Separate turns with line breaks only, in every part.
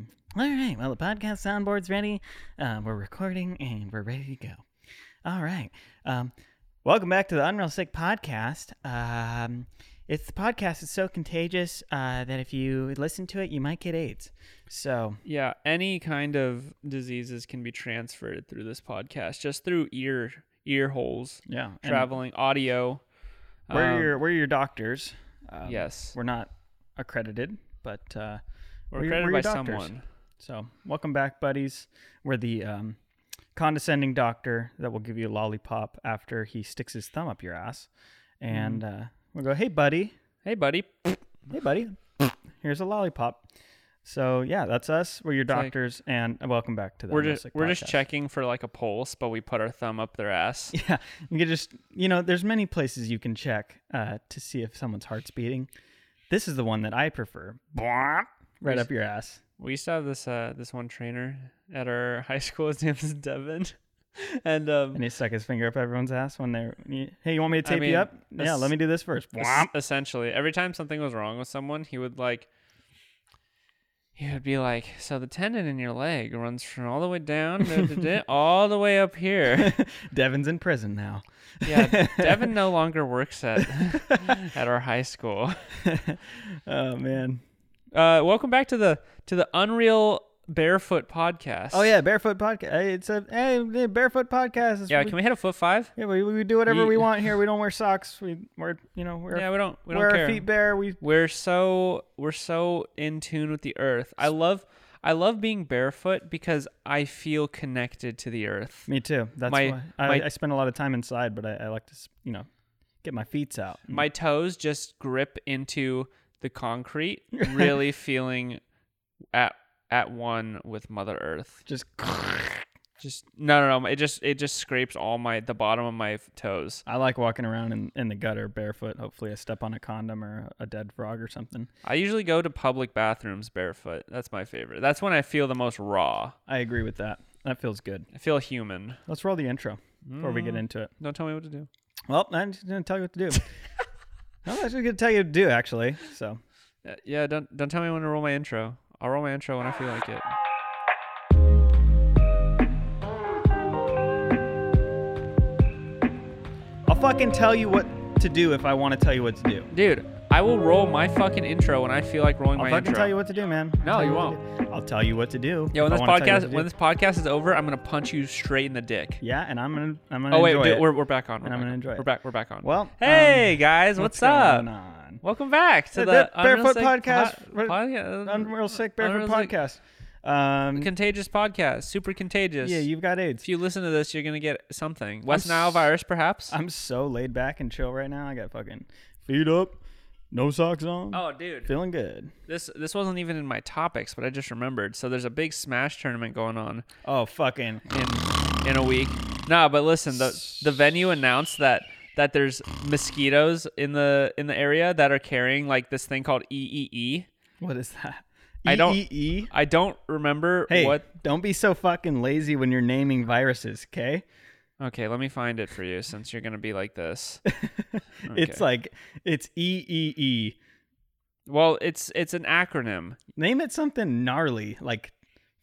All right. Well, the podcast soundboard's ready. Uh, we're recording and we're ready to go. All right. Um, welcome back to the Unreal Sick podcast. Um, it's the podcast is so contagious uh, that if you listen to it, you might get AIDS. So
Yeah, any kind of diseases can be transferred through this podcast, just through ear ear holes,
yeah, and uh,
traveling audio.
We're
um,
your we're your doctors. Um,
yes,
We're not accredited, but uh,
we're,
we're your-
credited
we're your
by
doctors.
someone.
so welcome back, buddies. We're the um, condescending doctor that will give you a lollipop after he sticks his thumb up your ass, and uh, we'll go, hey, buddy,
Mm. Hey, buddy.
hey, buddy, here's a lollipop. So yeah, that's us. We're your
like-
doctors, and uh, welcome back to the
We're
Unreal
just
Sick
we're just
Podcast.
checking for like a pulse, but we put our thumb up their ass.
Yeah, you can just you know, there's many places you can check uh, to see if someone's heart's beating. This is the one that I prefer. Bwomp, Right up your ass.
We used to have this uh this one trainer at our high school. His name is Devin, and um
And he stuck his finger up everyone's ass when they're, hey, you want me to
I
tape
mean,
you up? Yeah,
that's-
let me do this first.
Es-
Bwomp.
essentially every time something was wrong with someone he would like he would be like so the tendon in your leg runs from all the way down da- da- da, all the way up here
Devin's in prison now.
yeah devin no longer works at at our high school
Oh, man.
uh welcome back to the to the unreal barefoot podcast
Oh, yeah, Barefoot Podcast. It's a, hey, the Barefoot Podcast. Is
yeah can we hit a foot five
yeah, we, we do whatever
Ye-
we want here. We don't wear socks. We wear, you know, we're,
yeah we don't we
wear
don't
our
care
feet bare. We,
we're so we're so in tune with the earth i love i love being barefoot because i feel connected to the earth
me too. That's
My-
why I,
my-
I spend a lot of time inside, but I, I like to, s- you know, get my feet out.
my toes just grip into the concrete, really feeling at at one with Mother Earth.
Just,
Just no, no, no. It just it just scrapes all my the bottom of my f- toes.
I like walking around in, in the gutter barefoot. Hopefully, I step on a condom or a dead frog or something.
I usually go to public bathrooms barefoot. That's my favorite. That's when I feel the most raw.
I agree with that. That feels good.
I feel human.
Let's roll the intro before we get into it.
Don't tell me what to do.
Well, I'm just gonna tell you what to do. I'm actually gonna tell you what to do actually. So
Uh, yeah, don't don't tell me when to roll my intro. I'll roll my intro when I feel like it.
I'll fucking tell you what to do if I want to tell you what to do.
Dude, I will roll my fucking intro when I feel like rolling
I'll
my
fucking
intro.
tell you what to do, man.
No,
I'll tell
you
what to do. I'll tell you what to do.
Yo, when
if
this
I wanna tell you what to
podcast
do.
when this podcast is over, I'm gonna punch you straight in the dick.
yeah, and I'm gonna I'm gonna
Oh wait,
enjoy
dude,
it.
we're we're back on. We're
And I'm
back
gonna
on.
enjoy it.
We're back. We're back on.
well,
hey
um,
guys,
what's,
what's, up?
going on?
Welcome back to
The
the, Unreal
Barefoot
Sick
Podcast.
Pod-
We're-
Podca-
Unreal sick barefoot
Unreal Sick-
podcast. Um,
contagious podcast. Super contagious.
yeah, you've got AIDS.
if you listen to this, you're gonna get something. West
s-
Nile virus, perhaps.
I'm so laid back and chill right now. I got fucking feet up, no socks on,
oh, dude,
feeling good.
this this wasn't even in my topics, but I just remembered. So there's a big Smash tournament going on.
Oh fucking
in in a week. Nah, but listen, the the venue announced that that there's mosquitoes in the in the area that are carrying like this thing called E EEE.
what is that? E
I don't-
EEE?
I don't remember
Hey,
what.
don't be so fucking lazy when you're naming viruses, okay?
Okay, let me find it for you since you're gonna be like this. Okay.
It's like it's E EEE.
well, it's it's an acronym.
Name it something gnarly, like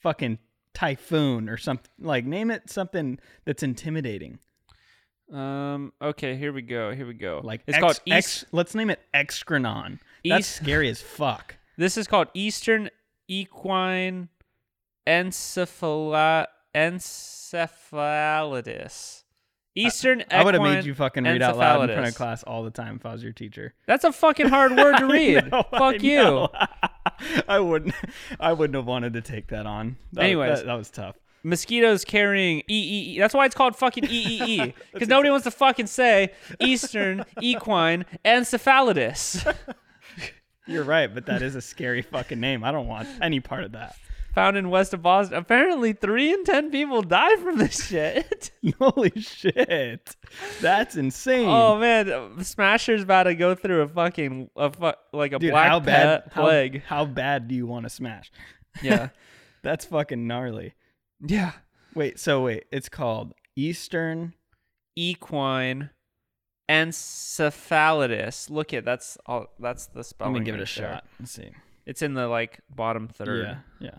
fucking typhoon or something. Like name it something that's intimidating.
Um. Okay, here we go. Here we go.
Like
it's
X-
called East.
X, Let's name it Excronon. That's
East-
scary as fuck.
This is called Eastern Equine Encephala- Encephalitis. Eastern
I would have
Equine
made you fucking read out loud in front of
encephalitis.
class all the time if I was your teacher.
That's a fucking hard word to
I
read.
know, I
Fuck you.
know. I wouldn't. I wouldn't have wanted to take that on. That,
Anyways.
that, that was tough.
Mosquitoes carrying EEE. That's why it's called fucking E, EEE. Because nobody wants to fucking say Eastern Equine Encephalitis.
You're right, but that is a scary fucking name. I don't want any part of that.
Found in west of Boston. Apparently, three in ten people die from this shit.
Holy shit, that's insane.
Oh man, uh, Smasher's about to go through a fucking a fu- like a
Dude,
black
how bad?
pa-
how-
plague.
How, bad do you want to smash?
yeah,
That's fucking gnarly.
yeah.
Wait, so wait, it's called Eastern.
Equine encephalitis. Look at that's all. That's the
Let
spelling.
me give it
right
a
there.
shot. Let's see.
It's in the like bottom third.
Yeah, yeah.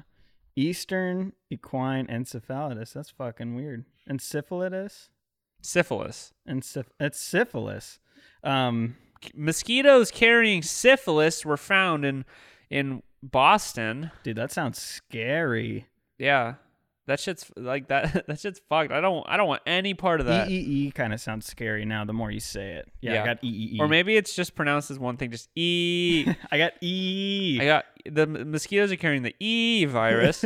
Eastern equine encephalitis. That's fucking weird. Encephalitis?
Syphilis.
Enciph- it's syphilis. Um,
C- Mosquitoes carrying syphilis were found in in Boston.
dude, that sounds scary.
Yeah. That shit's like that that shit's fucked. I don't I don't want any part of that.
EEE kind of E sounds scary now the more you say it. Yeah,
Yeah.
I got E EEE.
Or maybe it's just pronounced as one thing, just E.
I got E EEE.
I got the m- mosquitoes are carrying the E virus.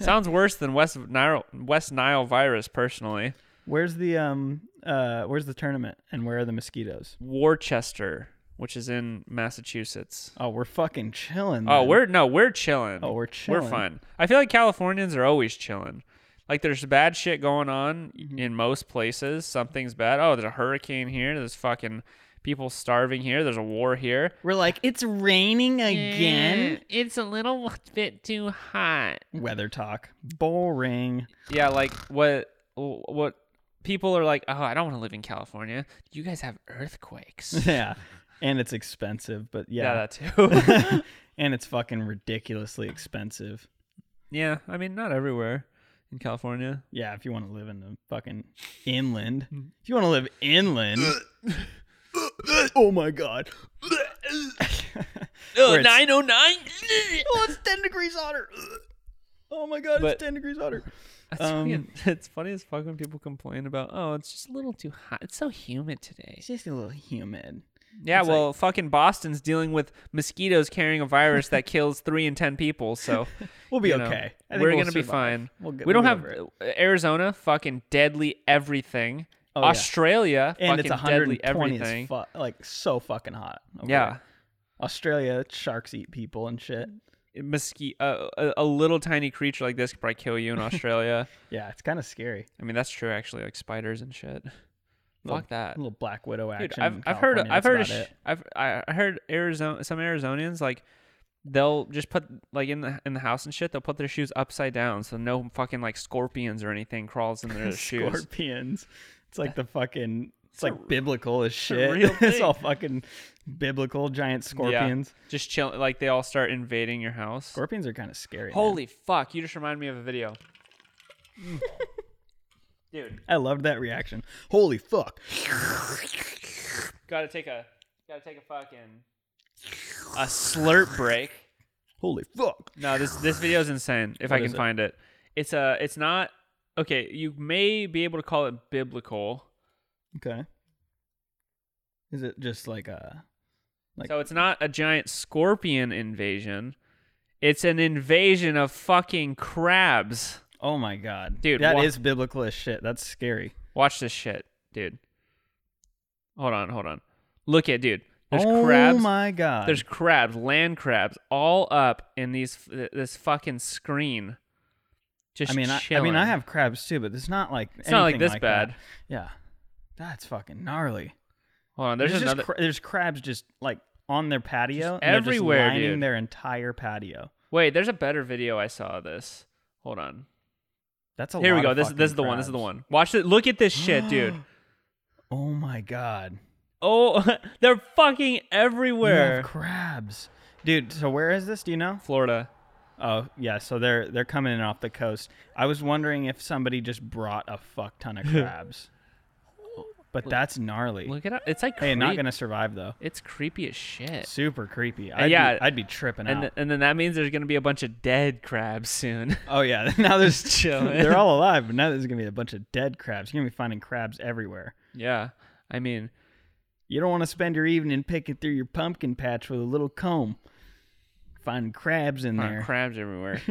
Sounds worse than West Nile West Nile virus personally.
Where's the um uh where's the tournament and where are the mosquitoes?
Worcester, which is in Massachusetts.
Oh, we're fucking chilling.
Oh,
then.
we're no, we're chilling.
Oh, we're
We're
chilling.
fun. I feel like Californians are always chilling. Like there's bad shit going on in most places. Something's bad. Oh, there's a hurricane here. There's fucking people starving here. There's a war here.
we're like it's raining again.
Mm, it's a little bit too hot.
Weather talk. Boring.
Yeah, like what what people are like, "Oh, I don't want to live in California. You guys have earthquakes."
yeah. And it's expensive, but
yeah,
yeah.
that too.
and it's fucking ridiculously expensive.
yeah, I mean not everywhere in California.
Yeah, if you want to live in the fucking inland.
Hmm.
If you want to live inland. oh my god.
Oh,
Where it's-
909.
oh, it's 10 degrees hotter. Oh my god,
But-
it's 10 degrees hotter.
That's
Um,
fucking- it's funny as fuck when people complain about, "Oh, it's just a little too hot. It's so humid today."
It's just a little humid.
Yeah,
It's like-
well, fucking Boston's dealing with mosquitoes carrying a virus that kills 3 in 10 people, so
We'll be
you know,
okay. I think
we're
we'll
going to be
survive.
fine.
We'll get,
we
we'll
don't
get
have uh,
over it.
Arizona fucking deadly everything.
Oh, yeah.
Australia
and it's
fucking deadly
120
everything.
as fuck, like so fucking hot. over
yeah, Mm.
there. Australia sharks eat people and shit.
mosquito. Uh, a, a little tiny creature like this could probably kill you in Australia.
Yeah, it's kind of scary.
I mean, that's true actually. Like spiders and shit.
Little-
Fuck that.
A little Black Widow action.
Uh, Dude, I've,
in
I've heard
California,
I've
that's
heard
about
of sh-
it.
I've I I heard Arizona some Arizonians like they'll just put like in the in the house and shit they'll put their shoes upside down so no fucking like scorpions or anything crawls in their shoes.
scorpions. It's like the fucking. It's
a
like biblical as shit.
real
it's
thing.
all fucking biblical giant scorpions.
Just chill like they all start invading your house.
Scorpions are kind of scary. man.
Holy fuck, you just reminded me of a video. Dude,
I loved that reaction. Holy fuck.
gotta take a gotta take a fucking a slurp break.
Holy fuck.
No, this this video is insane. If I
What
can
is it?
find it, it's a it's not okay. You may be able to call it biblical.
Okay. Is it just like uh, a Like-
so it's not a giant scorpion invasion. It's an invasion of fucking crabs.
Oh my god.
Dude,
that is
wha-
biblical as shit. That's scary.
Watch this shit, dude. Hold on, hold on. Look at dude. There's
oh
crabs.
my god.
There's crabs, land crabs, all up in these this fucking screen. Just
I mean I, I
chilling.
mean I have crabs too, but it's not like
It's not like
anything
this
that.
bad.
Yeah. That's fucking gnarly.
Hold on, there's,
just
another.
cra- there's crabs just like on their patio and they're just
everywhere,
lining
dude.
their entire patio.
Wait, there's a better video I saw of this. Hold on.
That's a
Here we
lot
go.
of
This this
fucking
is the one. This is the
crabs.
one. Watch it. Look at this shit, dude.
Oh my god.
Oh, they're fucking
You have
everywhere.
crabs. Dude, so where is this? Do you know?
Florida.
Oh yeah, so they're they're coming in off the coast. I was wondering if somebody just brought a fuck ton of crabs, but that's gnarly.
Look at it. It's like
hey,
creep-
not gonna survive though.
It's creepy as shit.
Super creepy. I'd
yeah.
be, I'd be tripping
And
out.
th- and then that means there's gonna be a bunch of dead crabs soon.
oh yeah, now there's
Chilling.
They're all alive, but now there's gonna be a bunch of dead crabs. You're gonna be finding crabs everywhere.
yeah. I mean,
You don't want to spend your evening picking through your pumpkin patch with a little comb, finding crabs in
find
there.
crabs everywhere.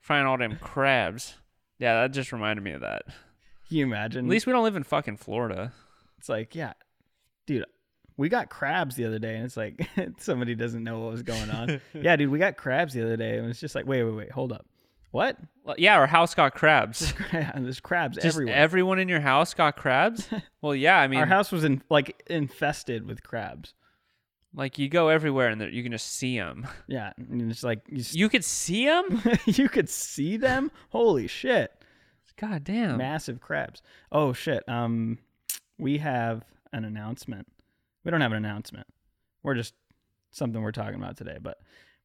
Find all them crabs. Yeah, that just reminded me of that.
Can you imagine?
At least we don't live in fucking Florida.
It's like, yeah, dude, we got crabs the other day, and it's like somebody doesn't know what was going on. yeah, dude, we got crabs the other day, and it's just like, wait, wait, wait, hold up, what?
Well, Yeah, our house got crabs.
There's crabs
Just
everywhere.
everyone in your house got crabs. Well, yeah. I mean,
Our house was in like infested with crabs.
like you go everywhere and there- you can just see them.
Yeah, and it's like you, s-
You could see them.
you could see them. Holy shit,
God damn.
massive crabs. Oh shit. Um, we have an announcement. We don't have an announcement. We're just something we're talking about today, but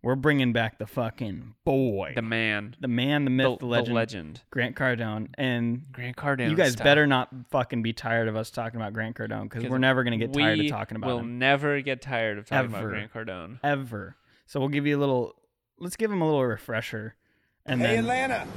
We're bringing back the fucking boy,
The man.
the man, the myth, the, legend,
The legend.
Grant Cardone, and
Grant Cardone.
you guys
style.
better not fucking be tired of us talking about Grant Cardone because
'Cause
we're never gonna get tired of
We
talking about
We'll
him
never get tired of talking
Ever.
about Grant Cardone.
ever. So we'll give you a little. Let's give him a little refresher, and then
Hey Atlanta,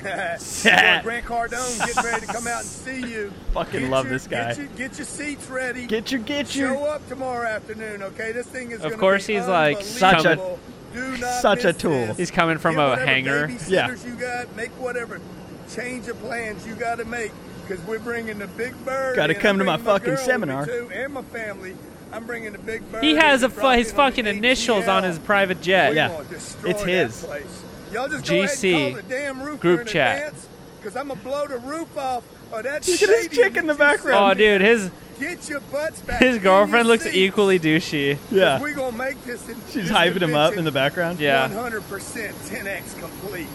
It's
Sad.
your Grant Cardone getting ready to come out and see you.
Fucking
Get
love
your-
this guy.
Get your, get your seats ready.
get your get
Show
your
up tomorrow afternoon, okay? This thing is.
Of
gonna
course
be
he's like
such a-
unbelievable. Do not
such a
miss
tool.
this.
He's coming from
Get
a
whatever
hangar.
babysitters
Yeah.
You got make whatever change of plans you got to make because we're bringing the big bird.
Gotta
in. I'm
come to my
bringing my
fucking
girl with me,
seminar.
too, and my family. I'm bringing the big bird.
He
in
has
to
a
drop
fu- his
in on the
fucking initials on his
8
private
we
jet.
Yeah.
gonna destroy
It's
that
his.
place. Y'all just
GC
go ahead and call the damn roofer
group
in
chat.
Because I'm going to blow the roof off of
Look
that
at this
stadium
chick in the
that you
background.
Oh,
sent me.
dude, his
Get your butts back.
his
in
girlfriend
your
looks
seats,
equally douchely.
'cause
yeah.
we going to make this. In,
She's
this
hyping him up
invention
in the background.
Yeah.
100% 10x complete.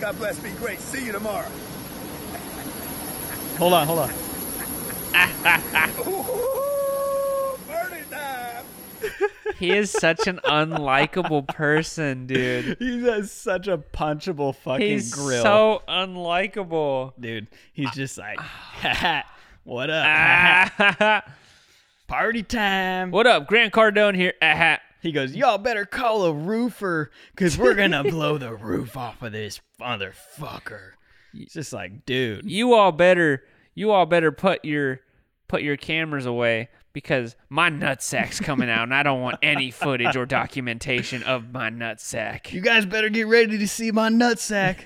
God bless. Be great. See you tomorrow.
Hold on, hold on.
Ooh, Birdie time.
He is such an unlikable person, dude.
He has such a punchable fucking
He's
grill.
so unlikable.
dude. He's just like, "Haha, what
Ah.
up? Party time.
what up, Grant Cardone here? Ah, Ah-ha.
He goes, y'all better call a roofer because we're going to blow the roof off of this motherfucker. It's just like, dude.
You all better, you all better put your put your cameras away because my nutsack's coming out, and I don't want any footage or documentation of my nutsack.
You guys better get ready to see my nutsack.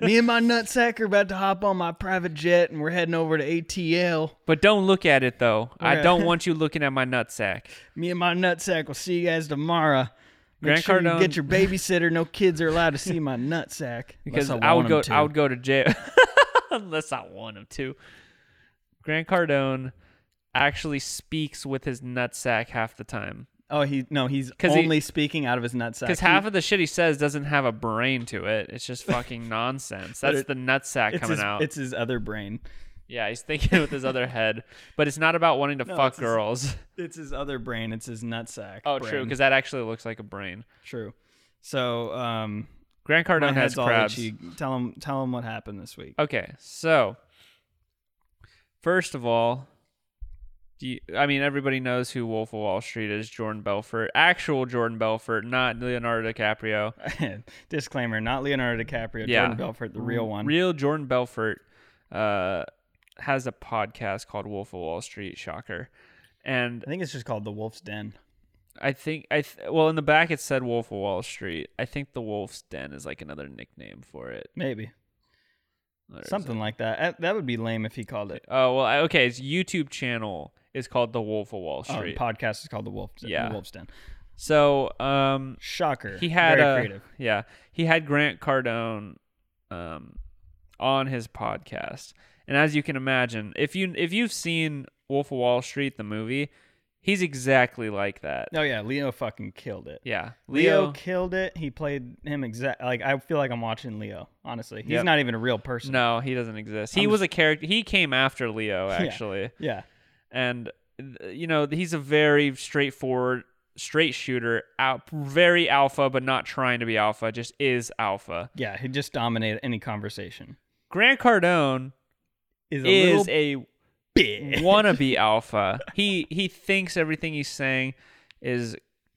Me and my nutsack are about to hop on my private jet and we're heading over to ATL.
But don't look at it though. I
Okay.
don't want you looking at my nutsack.
Me and my nutsack will see you guys tomorrow. Make
Grant
sure you
Cardone-
get your babysitter. No kids are allowed to see my nutsack.
because
Unless
I,
want
would go
'em to.
I would go to jail unless I want him to. Grant Cardone actually speaks with his nutsack half the time
Oh, he no, he's
'Cause he-
only speaking out of his nutsack.
because
He-
half of the shit he says doesn't have a brain to it. It's just fucking nonsense. That's
it-
the nutsack
it's
coming
his,
out.
It's his other brain.
yeah, he's thinking with his other head, but it's not about wanting to fuck
it's his-
girls.
It's his other brain. It's his nutsack.
oh,
brain.
true, because that actually looks like a brain.
true. So, um,
Grant
my
Cardone has
head's all
crabs.
itchy. Tell him, tell him what happened this week.
Okay, so first of all, do you, I mean everybody knows who Wolf of Wall Street is? Jordan Belfort, actual Jordan Belfort, not Leonardo DiCaprio.
Disclaimer: Not Leonardo DiCaprio,
Uh, Yeah.
Jordan Belfort, the real one.
Real Jordan Belfort uh, has a podcast called Wolf of Wall Street. Shocker, and
I think it's just called the Wolf's Den.
I think I th- well in the back it said Wolf of Wall Street. I think the Wolf's Den is like another nickname for it.
Maybe
Or is
something like that. that. That would be lame if he called it.
it- Oh well, I- okay. His YouTube channel is called the Wolf of Wall
Oh,
Street.
podcast is called the Wolf's Den.
Yeah.
The Wolf's Den.
so um,
Shocker.
he had
Very
uh,
creative.
yeah he had grant cardone um on his podcast and as you can imagine if you if you've seen wolf of wall street the movie he's exactly like that
Oh yeah, Leo fucking killed it.
yeah
Leo,
leo
killed it. He played him exact. Like I feel like I'm watching Leo. Honestly, he's
Yep.
not even a real person.
no he doesn't exist he
I'm
was a character he came after leo actually
Yeah.
and th- you know he's a very straightforward straight shooter out very alpha but not trying to be alpha just is alpha
Yeah, he just dominated any conversation.
grant cardone
Is a
is
little
a
bitch.
wannabe alpha. He he thinks everything he's saying is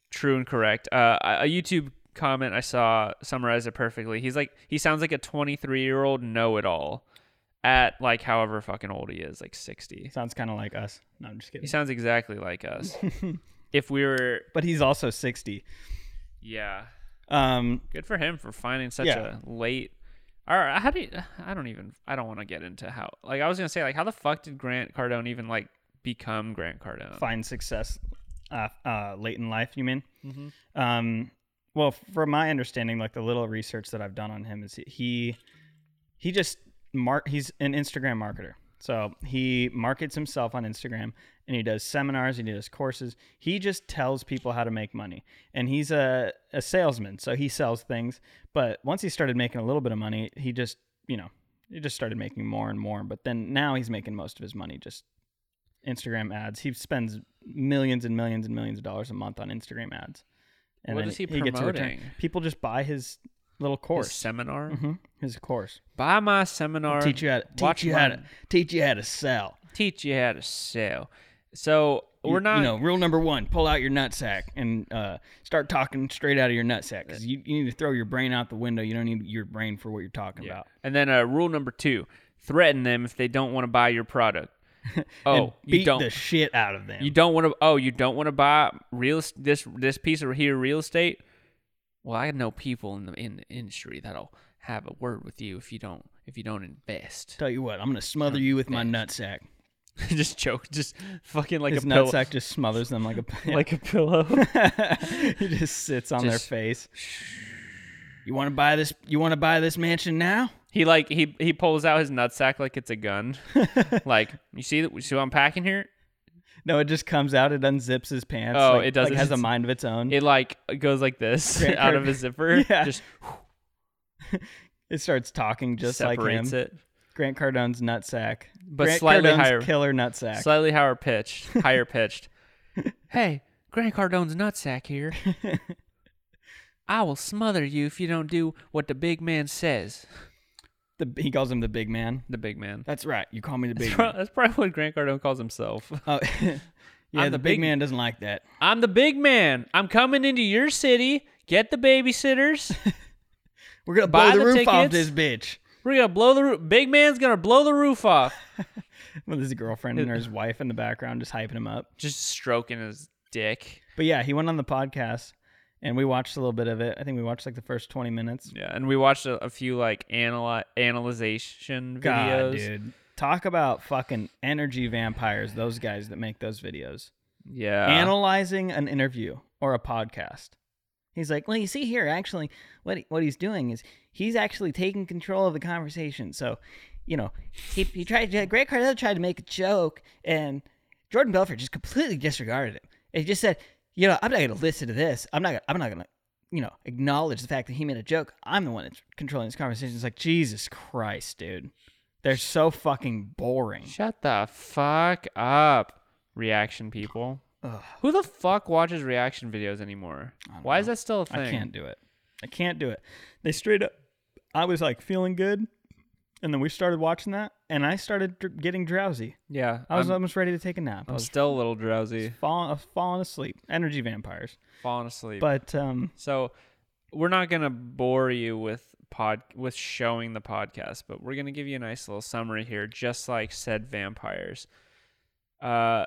true and correct. Uh, a a YouTube comment I saw summarized it perfectly. He's like he sounds like a 23 year old know it all at like however fucking old he is, like 60.
Sounds kind of like us. No, I'm just
He
kidding.
sounds exactly like us. if we were,
But he's also 60.
yeah,
Um,
good for him for finding such
Yeah.
a late. All right, how do you, I don't even I don't want to get into how like I was gonna say like how the fuck did Grant Cardone even like become Grant Cardone?
find success uh, uh, late in life, you mean?
Mm-hmm.
Um, well, from my understanding, like the little research that I've done on him is he- he he just mark he's an Instagram marketer. So he markets himself on Instagram and he does seminars and he does courses. He just tells people how to make money. And he's a, a salesman, so he sells things. But once he started making a little bit of money, he just, you know, he just started making more and more. But then now he's making most of his money just Instagram ads. He spends millions and millions and millions of dollars a month on Instagram ads.
What
then
is he
gets a return.
promoting?
People just buy his little
His
course.
seminar.
hmm His course.
Buy my seminar.
teach you how to,
Watch
teach you how to,
mine.
teach you how to sell.
teach you how to sell. So
You-
we're not.
You know, rule number one: pull out your nutsack and uh, start talking straight out of your nutsack. Because you, you need to throw your brain out the window. You don't need your brain for what you're talking
Yeah.
about.
And then uh, rule number two: threaten them if they don't want to buy your product.
and
Oh,
beat
you don't.
the shit out of them.
you don't want to. Oh, you don't want to buy real es- this this piece of here real estate. Well, I know people in the in the industry that'll have a word with you if you don't if you don't invest.
Tell you what, I'm gonna smother you with my nutsack.
just choke. Just fucking like
His
a pillow.
nutsack just smothers them like a
Like a pillow.
he just sits on their
Just-
face. You want to buy this? You want to buy this mansion now?
He like he he pulls out his nutsack like it's a gun. like you see that you see what I'm packing here?
No, it just comes out. It unzips his pants.
Oh,
like-
it doesn't-
Like has a mind of its own. It,
It like goes like this
Credit
out
card-
of his zipper.
Yeah.
Just,
starts talking just like him.
separates it.
Grant Cardone's nutsack,
But
Grant
slightly
Cardone's
higher.
killer nutsack.
Slightly higher pitched. Higher pitched. hey, Grant Cardone's nutsack here. I will smother you if you don't do what the big man says.
The, he calls him the big man.
The big man.
That's right. You call me the big
That's,
man.
pro- that's probably what Grant Cardone calls himself.
Oh, yeah,
I'm
the
the
big
big-
man doesn't like that.
I'm the big man. I'm coming into your city. Get the babysitters.
We're gonna
Buy
blow the,
the
roof off this bitch.
tickets. We're gonna blow the roof. Big man's gonna blow the roof off.
With his girlfriend and his wife in the background, just hyping him up.
Just stroking his dick.
But yeah, he went on the podcast, and we watched a little bit of it. I think we watched like the first twenty minutes.
Yeah, and we watched a, a few like analy- analyzation videos.
God, dude, talk about fucking energy vampires. Those guys that make those videos.
Yeah.
analyzing an interview or a podcast. He's like, well, you see here, actually, what what he's doing is he's actually taking control of the conversation. So, you know, he, he tried to, Greg Cardone tried to make a joke, and Jordan Belfort just completely disregarded him. He just said, you know, I'm not going to listen to this. I'm not. Gonna, I'm not going to, you know, acknowledge the fact that he made a joke. I'm the one that's controlling this conversation. It's like Jesus Christ, dude. They're so fucking boring.
Shut the fuck up, reaction people.
Ugh.
Who the fuck watches reaction videos anymore? Why is that still a thing?
I can't do it. I can't do it. They straight up. I was like feeling good, and then we started watching that, and I started dr- getting drowsy.
Yeah,
I was
I'm,
almost ready to take a nap. I
I'm
was
still a little drowsy,
falling, I was falling asleep. Energy vampires.
falling asleep.
But um,
so we're not gonna bore you with pod with showing the podcast, but we're gonna give you a nice little summary here, just like said vampires. Uh,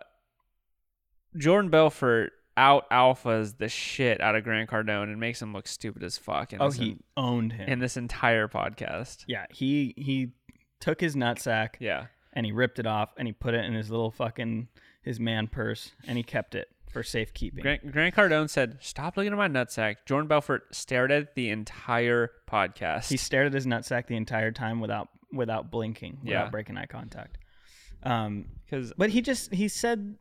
Jordan Belfort out alphas the shit out of Grant Cardone and makes him look stupid as fuck. In
oh,
this
he owned him.
in this entire podcast.
yeah, he he took his nutsack
Yeah.
and he ripped it off and he put it in his little fucking his man purse and he kept it for safekeeping.
Grant, Grant Cardone said, "Stop looking at my nutsack." Jordan Belfort stared at it the entire podcast.
He stared at his nutsack the entire time without without blinking, without
Yeah.
breaking eye contact. Um,
because
But he just he said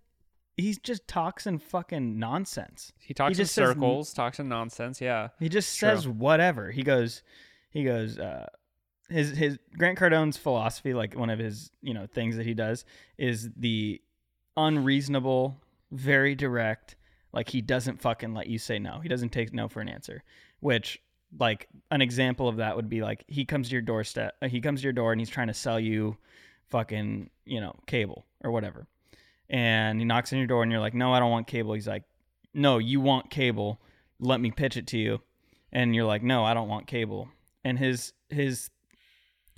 he just talks in fucking nonsense.
he talks in
just says n-
circles, talks in nonsense. Yeah,
He just
True.
says whatever. He goes he goes uh his his Grant Cardone's philosophy like one of his, you know, things that he does is the unreasonable, very direct, like he doesn't fucking let you say no. He doesn't take no for an answer, which like an example of that would be like he comes to your doorstep, uh, he comes to your door and he's trying to sell you fucking, you know, cable or whatever. And he knocks on your door and you're like, "No, I don't want cable." He's like, "No, you want cable. Let me pitch it to you." And you're like, "No, I don't want cable." And his his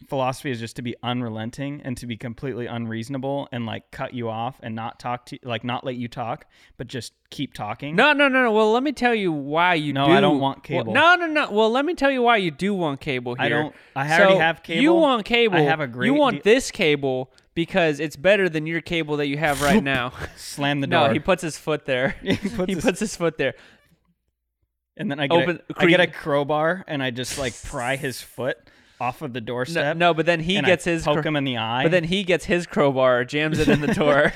philosophy is just to be unrelenting and to be completely unreasonable and like cut you off and not talk to like not let you talk, but just keep talking.
no, no, no, no. Well, let me tell you why you
No,
do.
I don't want
Well,
cable.
no, no, no. Well, let me tell you why you do want cable here.
I don't- I already
So,
have
You
cable.
want cable.
I have a great
You want
de-
this cable because it's better than your cable that you have right now.
Slam the door.
no, he puts his foot there.
He puts
he
his-
puts his foot there.
and then I get,
open-
a, I get a
creep.
crowbar and I just like pry his foot off of the
No,
doorstep.
no, but then he
and I
gets his
poke
cr-
him in the eye.
But then he gets his crowbar, jams it in the door,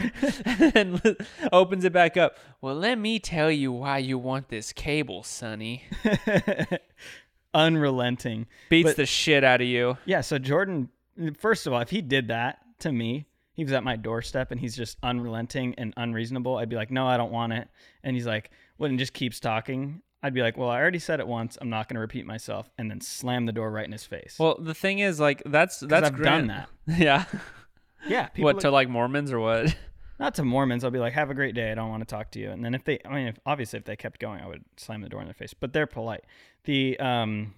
and l- opens it back up. Well, let me tell you why you want this cable, Sonny.
unrelenting.
Beats
But-
the shit out of you.
Yeah, so Jordan, first of all, if he did that to me, he was at my doorstep and he's just unrelenting and unreasonable. I'd be like, no, I don't want it. And he's like, well, and just keeps talking. I'd be like, well, I already said it once. I'm not going to repeat myself, and then slam the door right in his face.
Well, the thing is, like, that's that's
I've done
grand- Yeah.
yeah. People
what to like Mormons or what?
not to Mormons. I'll be like, "Have a great day. I don't want to talk to you." And then if they, I mean, if, obviously if they kept going, I would slam the door in their face. But they're polite. The um,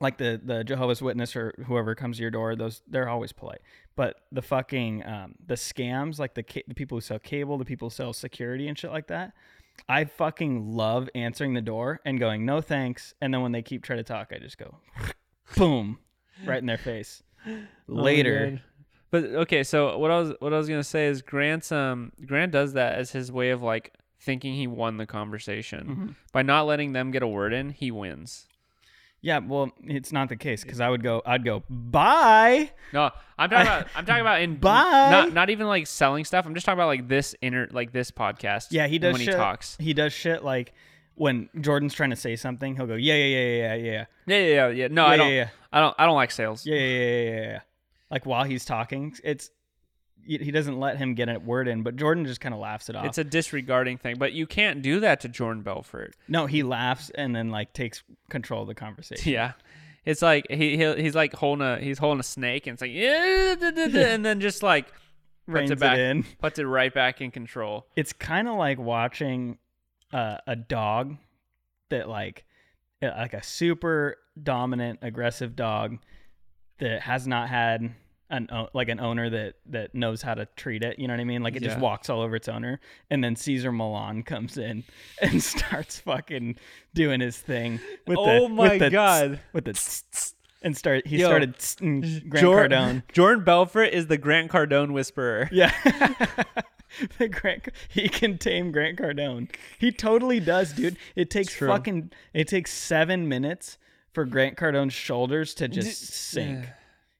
like the the Jehovah's Witness or whoever comes to your door, those they're always polite. But the fucking um, the scams, like the ca- the people who sell cable, the people who sell security and shit like that. I fucking love answering the door and going, "No thanks." And then when they keep trying to talk, I just go, "Boom," right in their face. Later.
But okay, so what I was what I was gonna say is Grant's um Grant does that as his way of like thinking he won the conversation by not letting them get a word in. He wins.
Yeah, well, it's not the case because I would go, I'd go, bye.
No, I'm talking about I'm talking about in
Bye.
Not not even like selling stuff. I'm just talking about like this inner like this podcast.
Yeah, he
and
does
when
shit,
he talks.
He does shit like when Jordan's trying to say something, he'll go, yeah, yeah, yeah, yeah, yeah,
Yeah, yeah, yeah. yeah. No,
Yeah,
I
yeah,
don't.
yeah.
I don't. I don't like sales.
yeah, yeah, yeah, yeah, yeah, yeah. Like while he's talking, it's he doesn't let him get a word in, but Jordan just kind of laughs it off.
It's a disregarding thing, but you can't do that to Jordan Belfort.
no, he laughs and then like takes control of the conversation.
Yeah. It's like he he'll, he's like holding a he's holding a snake and it's like yeah, da, da, da, and then just like puts
Reins
it
it
back
in.
puts it right back in control.
It's kind of like watching uh, a dog that like uh, like a super dominant aggressive dog that has not had an o- like an owner that that knows how to treat it you know what i mean like it just
Yeah.
walks all over its owner and then caesar milan comes in and starts fucking doing his thing with the
Oh
with
my
the tss-
God.
with the tss, tss, and start he
Yo.
started tss- mm, grant
Jor-
cardone
Jordan Belfort is the Grant Cardone whisperer.
yeah. the Grant he can tame Grant Cardone. He totally does, dude. It takes
true.
fucking it takes 7 minutes for Grant Cardone's shoulders to just sink.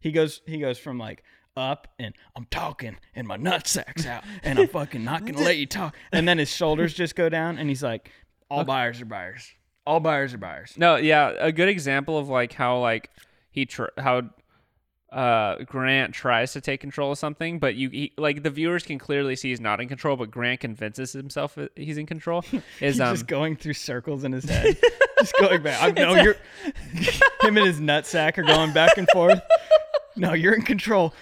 He goes he goes from like up and I'm talking and my nutsack's out and I'm fucking not gonna let you talk. And then his shoulders just go down and he's like, All buyers are buyers. All buyers are buyers.
No, yeah, a good example of like how like he tr- how uh Grant tries to take control of something, but you he, like the viewers can clearly see he's not in control, but Grant convinces himself that he's in control. Is
He's
um
just going through circles in his head. just going back. I know you're him and his nutsack are going back and forth. No, you're in control.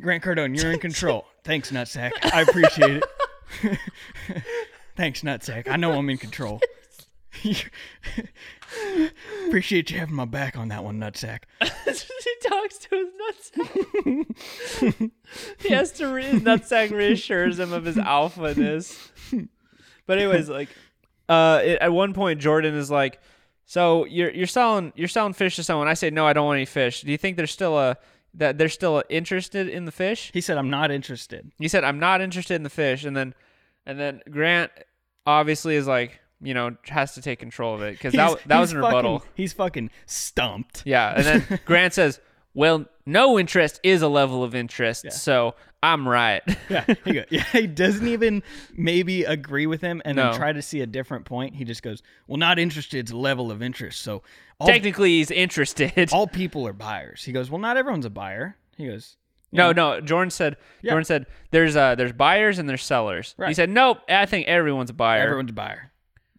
Grant Cardone, you're in control. Thanks, nutsack. I appreciate it. Thanks, nutsack. I know I'm in control. appreciate you having my back on that one, nutsack.
he talks to his nutsack. he has to re- his nutsack reassures him of his alphaness. But anyways, like, uh, it, at one point Jordan is like, "So you're you're selling you're selling fish to someone?" I say, "No, I don't want any fish." Do you think there's still a that they're still interested in the fish?
He said, I'm not interested.
He said, "I'm not interested in the fish," and then and then Grant obviously is like, you know, has to take control of it because that
He's-
that was
he's
a rebuttal.
fucking- He's fucking stumped.
Yeah, and then Grant says, "Well, no interest is a level of interest, so I'm right."
Yeah, he go, yeah, he doesn't even maybe agree with him and
No.
then try to see a different point. He just goes, "Well, not interested is a level of interest. So all,
Technically, he's interested.
all people are buyers." He goes, "Well, not everyone's a buyer." He goes,
no, no. Jordan said. Jordan said, "There's uh, there's buyers and there's sellers." He
Right.
said, "Nope, I think everyone's a buyer."
"Everyone's a buyer.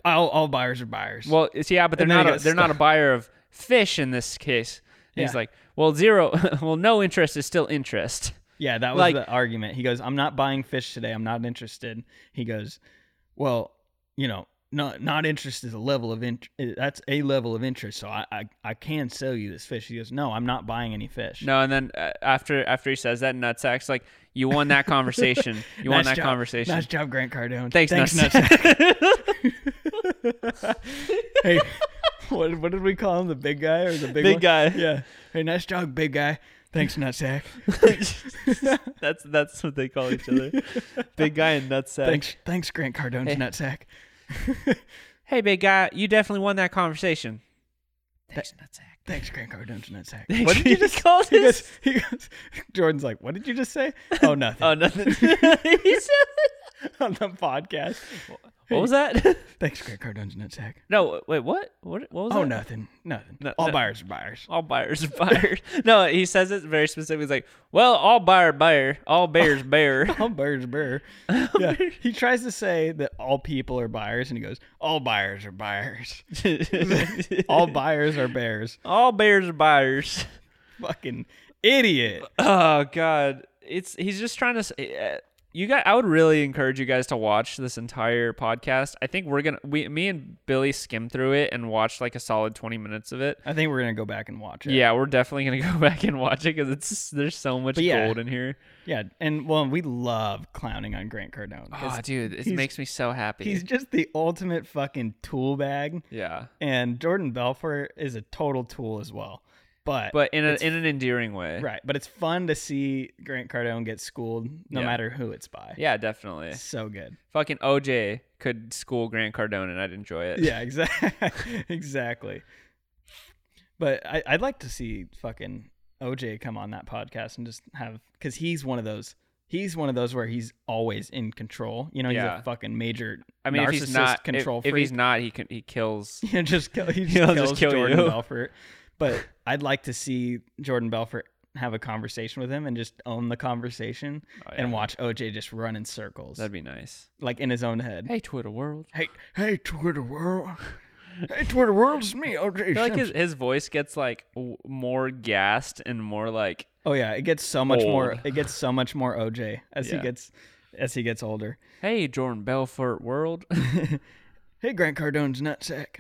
All, all buyers are buyers."
Well, it's, yeah, but they're
And then
not.
he
A,
got
they're not a
stuck.
buyer of fish in this case. And He's
Yeah.
like, "Well, zero. well, no interest is still interest."
yeah, that was
like-
the argument. He goes, "I'm not buying fish today. I'm not interested." He goes, "Well, you know, not not interest is a level of int- that's a level of interest. So I, I I can sell you this fish." He goes, "No, I'm not buying any fish."
No, and then uh, after after he says that, nutsack's like, "You won that conversation. You won
Nice
that
job.
conversation."
Nice job, Grant Cardone.
Thanks,
Nutsack.
nutsack.
hey, what, what did we call him? The big guy or the big
Big
one?
guy.
Yeah. Hey, nice job, big guy. Thanks, nutsack.
that's that's what they call each other. big guy and nutsack.
Thanks, thanks, Grant Cardone's nutsack.
Hey, big guy, you definitely won that conversation. Thanks, nutsack.
Thanks, Grant Cardone's nutsack.
What did you just call
He
this?
goes, he goes, Jordan's like, what did you just say? Oh, nothing.
Oh, nothing. he said,
On the podcast.
What was that?
Thanks, Greg Cardone's nutsack.
no, wait, what? What? What was
Oh,
that?
nothing, nothing.
No-
All
no.
buyers are buyers.
All buyers are buyers. no, he says it very specifically. He's like, well, all buyer buyer, all bears bear.
All buyers are buyers. Yeah. He tries to say that all people are buyers, and he goes, "All buyers are buyers. all buyers are bears."
all bears are buyers.
Fucking idiot.
Oh God, it's he's just trying to. s- eh, You guys, I would really encourage you guys to watch this entire podcast. I think we're gonna, we, me and Billy skimmed through it and watched like a solid twenty minutes of it.
I think we're gonna go back and watch it.
Yeah, we're definitely gonna go back and watch it because it's there's so much
But yeah.
gold in here.
yeah. And well, we love clowning on Grant Cardone.
Oh, dude, it
he's-
makes me so happy.
He's just the ultimate fucking tool bag.
yeah,
And Jordan Belfort is a total tool as well. But,
but in a, in an endearing way.
right, but it's fun to see Grant Cardone get schooled no
Yeah.
matter who it's by.
Yeah, definitely.
So good.
Fucking OJ could school Grant Cardone, and I'd enjoy it.
Yeah, exactly. exactly. But I, I'd like to see fucking OJ come on that podcast and just have because he's one of those. He's one of those where he's always in control. You know, he's
Yeah.
a fucking major.
I mean,
narcissist
if he's not, if,
control
if
freak.
he's not, he can he kills.
Yeah, just kill, he just
He'll
kills
just kill
Jordan
you.
Belfort. But I'd like to see Jordan Belfort have a conversation with him and just own the conversation
Oh,
and
yeah.
watch OJ just run in circles,
That'd be nice.
like in his own head.
Hey, Twitter world.
Hey, hey, Twitter world. Hey, Twitter world, it's me, OJ.
I feel like his,
Simpson.
his voice gets like w- more gassed and more like
oh yeah, it gets so much more.
Old.
It gets so much more OJ as
Yeah.
he gets as he gets older.
hey Jordan Belfort world
Hey, Grant Cardone's nutsack.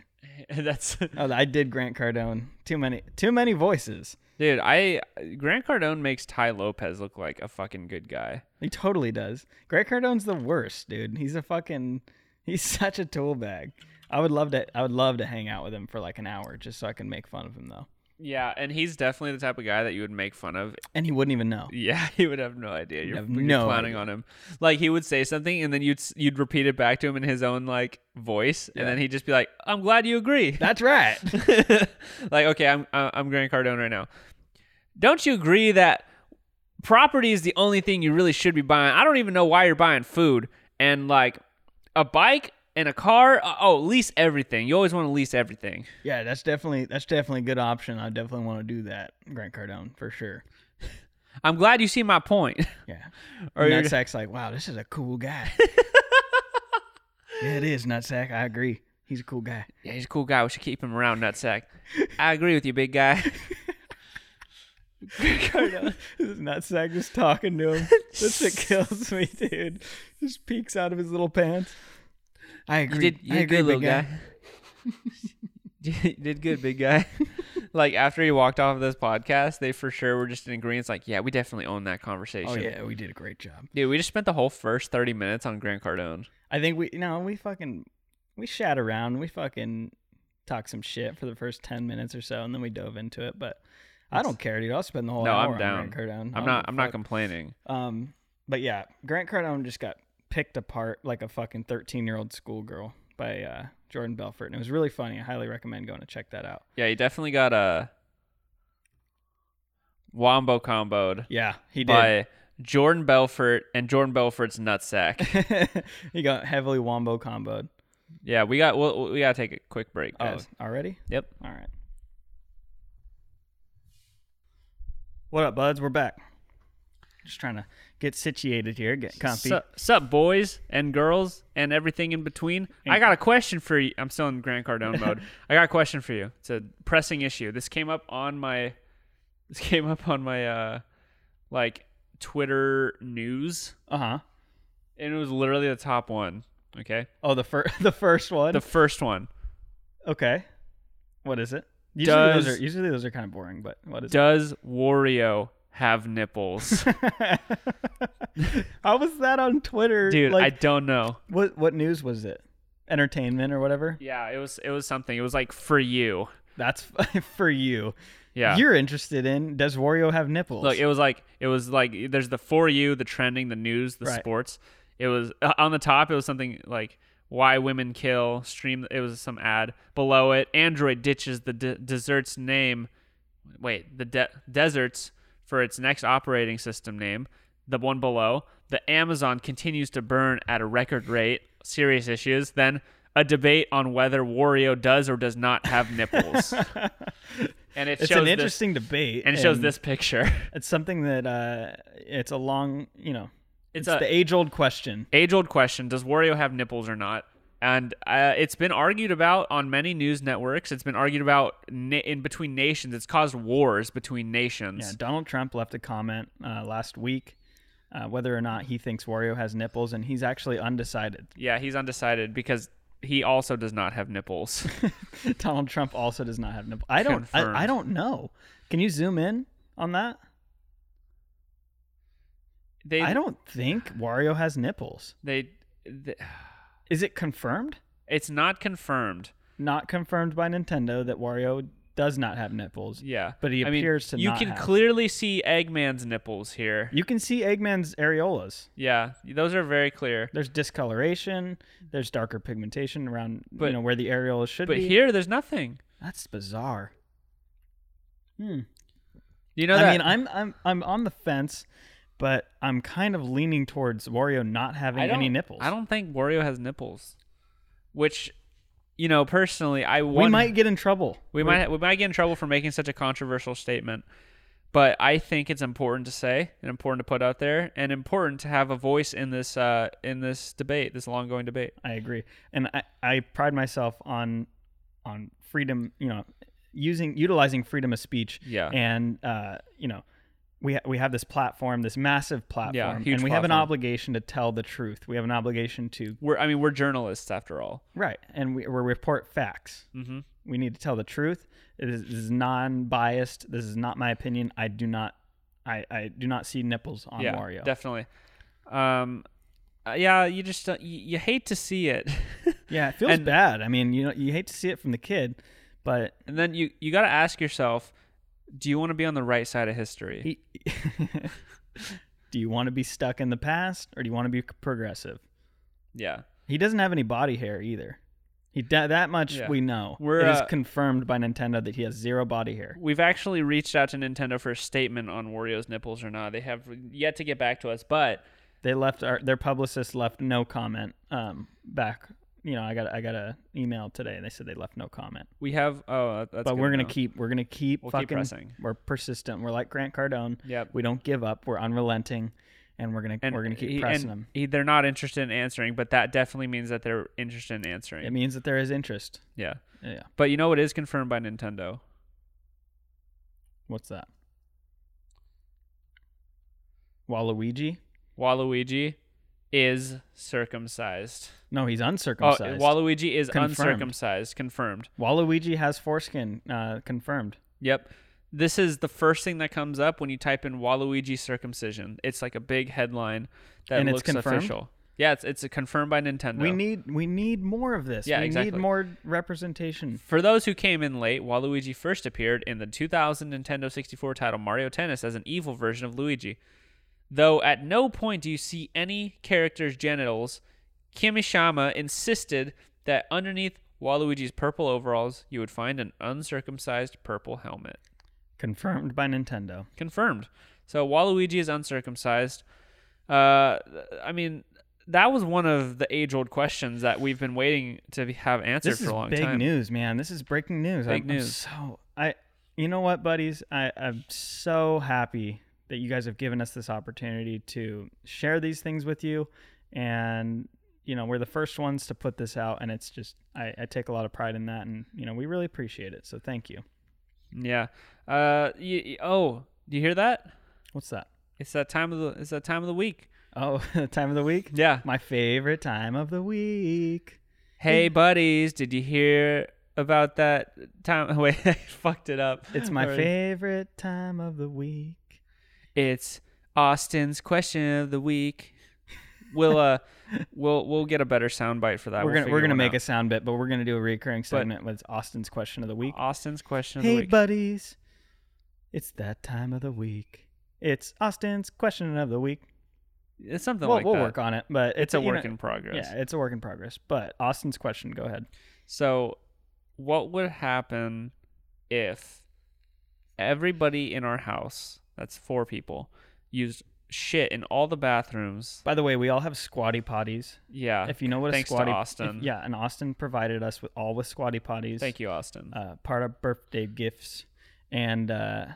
that's
Oh, I did Grant Cardone. Too many, too many voices.
dude I Grant Cardone makes Ty Lopez look like a fucking good guy
He totally does. Grant Cardone's the worst, dude. He's a fucking he's such a tool bag. I would love to I would love to hang out with him for like an hour just so I can make fun of him though.
yeah and he's definitely the type of guy that you would make fun of
And he wouldn't even know.
yeah he would have no idea you're,
have
you're
no
clowning
idea.
on him like he would say something and then you'd s- you'd repeat it back to him in his own like voice and then he'd just be like I'm glad you agree
That's right.
like okay I'm I- I'm Grant Cardone right now don't you agree that property is the only thing you really should be buying. I don't even know why you're buying food and like a bike and a car. uh, Oh, lease everything. You always want to lease everything.
yeah, that's definitely that's definitely a good option. I definitely want to do that, Grant Cardone, for sure.
I'm glad you see my point.
Yeah.
Or you're-
Nutsack's like, wow, this is a cool guy. yeah, it is, Nutsack. I agree. He's a cool guy.
yeah, he's a cool guy. We should keep him around, nutsack. I agree with you, big guy.
Cardone. this is Nutsack just talking to him. That's what kills me, dude. Just peeks out of his little pants. I
You
agree.
did, you
I
did
agree, big
good, little guy. you did good, big guy. like after he walked off of this podcast, they for sure were just in agreement. Like, yeah, we definitely own that conversation.
Oh yeah, we did a great job.
Dude, we just spent the whole first 30 minutes on Grant Cardone.
I think we no, we fucking we shat around. We fucking talked some shit for the first ten minutes or so, and then we dove into it. But I don't care, dude. I'll spend the whole
No,
hour
I'm down.
on Grant Cardone. Oh, I don't
I'm not
give a
I'm not
fuck.
complaining.
Um, but yeah, Grant Cardone just got picked apart like a fucking thirteen-year-old schoolgirl by uh, Jordan Belfort, and it was really funny. I highly recommend going to check that out.
Yeah, he definitely got a wombo comboed
Yeah, he did.
by Jordan Belfort and Jordan Belfort's nutsack.
he got heavily wombo comboed.
yeah, we got we'll, we got to take a quick break,
Oh,
guys.
already?
Yep.
All right. What up, buds? We're back. Just trying to get situated here, get comfy.
Sup, sup, boys and girls and everything in between. I got a question for you. I'm still in Grant Cardone mode. I got a question for you. It's a pressing issue. This came up on my this came up on my uh like Twitter news
Uh huh.
and it was literally the top one, okay?
Oh, the first, the first one.
The first one.
okay. What is it? Usually those
Does-
are usually those are kind of boring, but what is
Does Wario have nipples?
it? How was that on Twitter,
Dude, I
Like,
don't know.
what what news was it? Entertainment or whatever.
Yeah, it was it was something. It was like for you.
That's for you.
Yeah.
You're interested in does Wario have nipples?
Look, it was like it was like there's the for you, the trending, the news, the
Right.
sports. It was uh, on the top. It was something like why women kill. Stream. It was some ad below it. Android ditches the de- desert's name. Wait, the de- deserts for its next operating system name. The one below. The Amazon continues to burn at a record rate. serious issues than a debate on whether Wario does or does not have nipples. and it
It's
shows
an
this-
interesting debate,
and it shows this picture.
It's something that uh, it's a long, you know,
It's
it's,
a-
the age-old question.
age old question does Wario have nipples or not? And uh, it's been argued about on many news networks. It's been argued about na- in between nations. It's caused wars between nations.
Yeah, Donald Trump left a comment uh, last week uh, whether or not he thinks Wario has nipples, and he's actually undecided.
Yeah, he's undecided because he also does not have nipples.
Donald Trump also does not have nipples. I don't.
Confirmed.
I, I don't know. Can you zoom in on that?
They,
I don't think Wario has nipples.
They, th
Is it confirmed?
it's not confirmed.
Not confirmed by Nintendo that Wario does not have nipples.
Yeah,
But he
I mean,
appears to
You
not
can
have.
clearly see Eggman's nipples here.
You can see Eggman's areolas.
yeah, those are very clear.
There's discoloration. There's darker pigmentation around
But-
you know where the areolas should
But
be.
here, there's nothing.
that's bizarre. Hmm.
You know
I
that?
mean, I'm I'm I'm on the fence, but I'm kind of leaning towards Wario not having
I don't-
any nipples.
I don't think Wario has nipples, which, you know, personally, I
We
won-
might get in trouble.
we might we might get in trouble for making such a controversial statement, but I think it's important to say and important to put out there and important to have a voice in this uh in this debate, this long going debate.
I agree, and I, I pride myself on on freedom. You know, using utilizing freedom of speech.
Yeah.
and uh, you know, we ha- we have this platform, this massive platform,
huge
and we have an
platform.
obligation to tell the truth. We have an obligation to
We're I mean we're journalists after all.
right, and we, we report facts.
Mm-hmm.
We need to tell the truth. It is, this is non-biased. This is not my opinion. I do not. I, I do not see nipples on
Yeah,
Wario.
definitely. Um, uh, yeah, you just don't, you, you hate to see it,
yeah, it feels
And-
bad. I mean, you know, you hate to see it from the kid, but
and then you you got to ask yourself, do you want to be on the right side of history?
He- do you want to be stuck in the past or do you want to be progressive?
yeah.
He doesn't have any body hair either. He da- that much
Yeah.
we know.
We're,
it is
uh,
confirmed by Nintendo that he has zero body hair.
We've actually reached out to Nintendo for a statement on Wario's nipples or not. They have yet to get back to us, but
They left our, their publicist left no comment um, back. You know, I got I got a email today and they said they left no comment.
we have. Oh, that- that's.
but
good
we're
to
gonna
know.
keep we're gonna keep
We'll keep
fucking
pressing.
we're persistent. We're like Grant Cardone.
Yep.
We don't give up. We're unrelenting, and we're gonna
And
we're gonna keep
he-
pressing
and
them.
he- they're not interested in answering, but that definitely means that they're interested in answering.
It means that there is interest.
yeah.
Yeah.
But you know what is confirmed by Nintendo?
What's that? Waluigi?
Waluigi is circumcised.
No, he's
Oh,
uncircumcised.
Waluigi is
Confirmed.
uncircumcised. Confirmed.
Waluigi has foreskin uh, confirmed.
Yep. This is the first thing that comes up when you type in Waluigi circumcision. It's like a big headline that
And it's
looks
confirmed?
official. Yeah, it's it's confirmed by Nintendo.
We need we need more of this.
Yeah,
we
exactly.
need more representation.
For those who came in late, Waluigi first appeared in the 2000 Nintendo 64 title Mario Tennis as an evil version of Luigi. Though at no point do you see any character's genitals, Kimishima insisted that underneath Waluigi's purple overalls, you would find an uncircumcised purple helmet.
Confirmed by Nintendo.
Confirmed. So Waluigi is uncircumcised. Uh, I mean, that was one of the age-old questions that we've been waiting to be- have answered
This
for
is
a long
big
time.
news, man. This is breaking news.
Big
I'm, I'm
news.
so I you know what, buddies? I, I'm so happy that you guys have given us this opportunity to share these things with you. And you know, we're the first ones to put this out and it's just I, I take a lot of pride in that and you know, we really appreciate it. So thank you.
Yeah. Uh. You, you- oh, do you hear that?
What's that?
It's that time of the. It's that time of the week.
Oh, the time of the week?
Yeah.
My favorite time of the week.
Hey, buddies, did you hear about that time? Wait, I fucked it up.
It's my
Alright.
favorite time of the week.
It's Austin's question of the week. We'll uh, we'll we'll get a better soundbite for that.
we're
We'll
gonna
figure
we're gonna
one
make
out.
a sound bit, but we're gonna do a recurring segment with Austin's question of the week.
Austin's question of the
Hey
week.
buddies, it's that time of the week. It's Austin's question of the week.
It's something
Well,
like
we'll
that.
work on it, but
It's a
you know-
work in progress.
Yeah, it's a work in progress. But Austin's question, go ahead.
So, what would happen if everybody in our house, that's four people, used shit in all the bathrooms.
By the way, we all have squatty potties.
Yeah.
If you know what
thanks
a squatty
to Austin.
if- yeah, and Austin provided us with all with squatty potties.
Thank you, Austin.
uh, part of birthday gifts, and uh,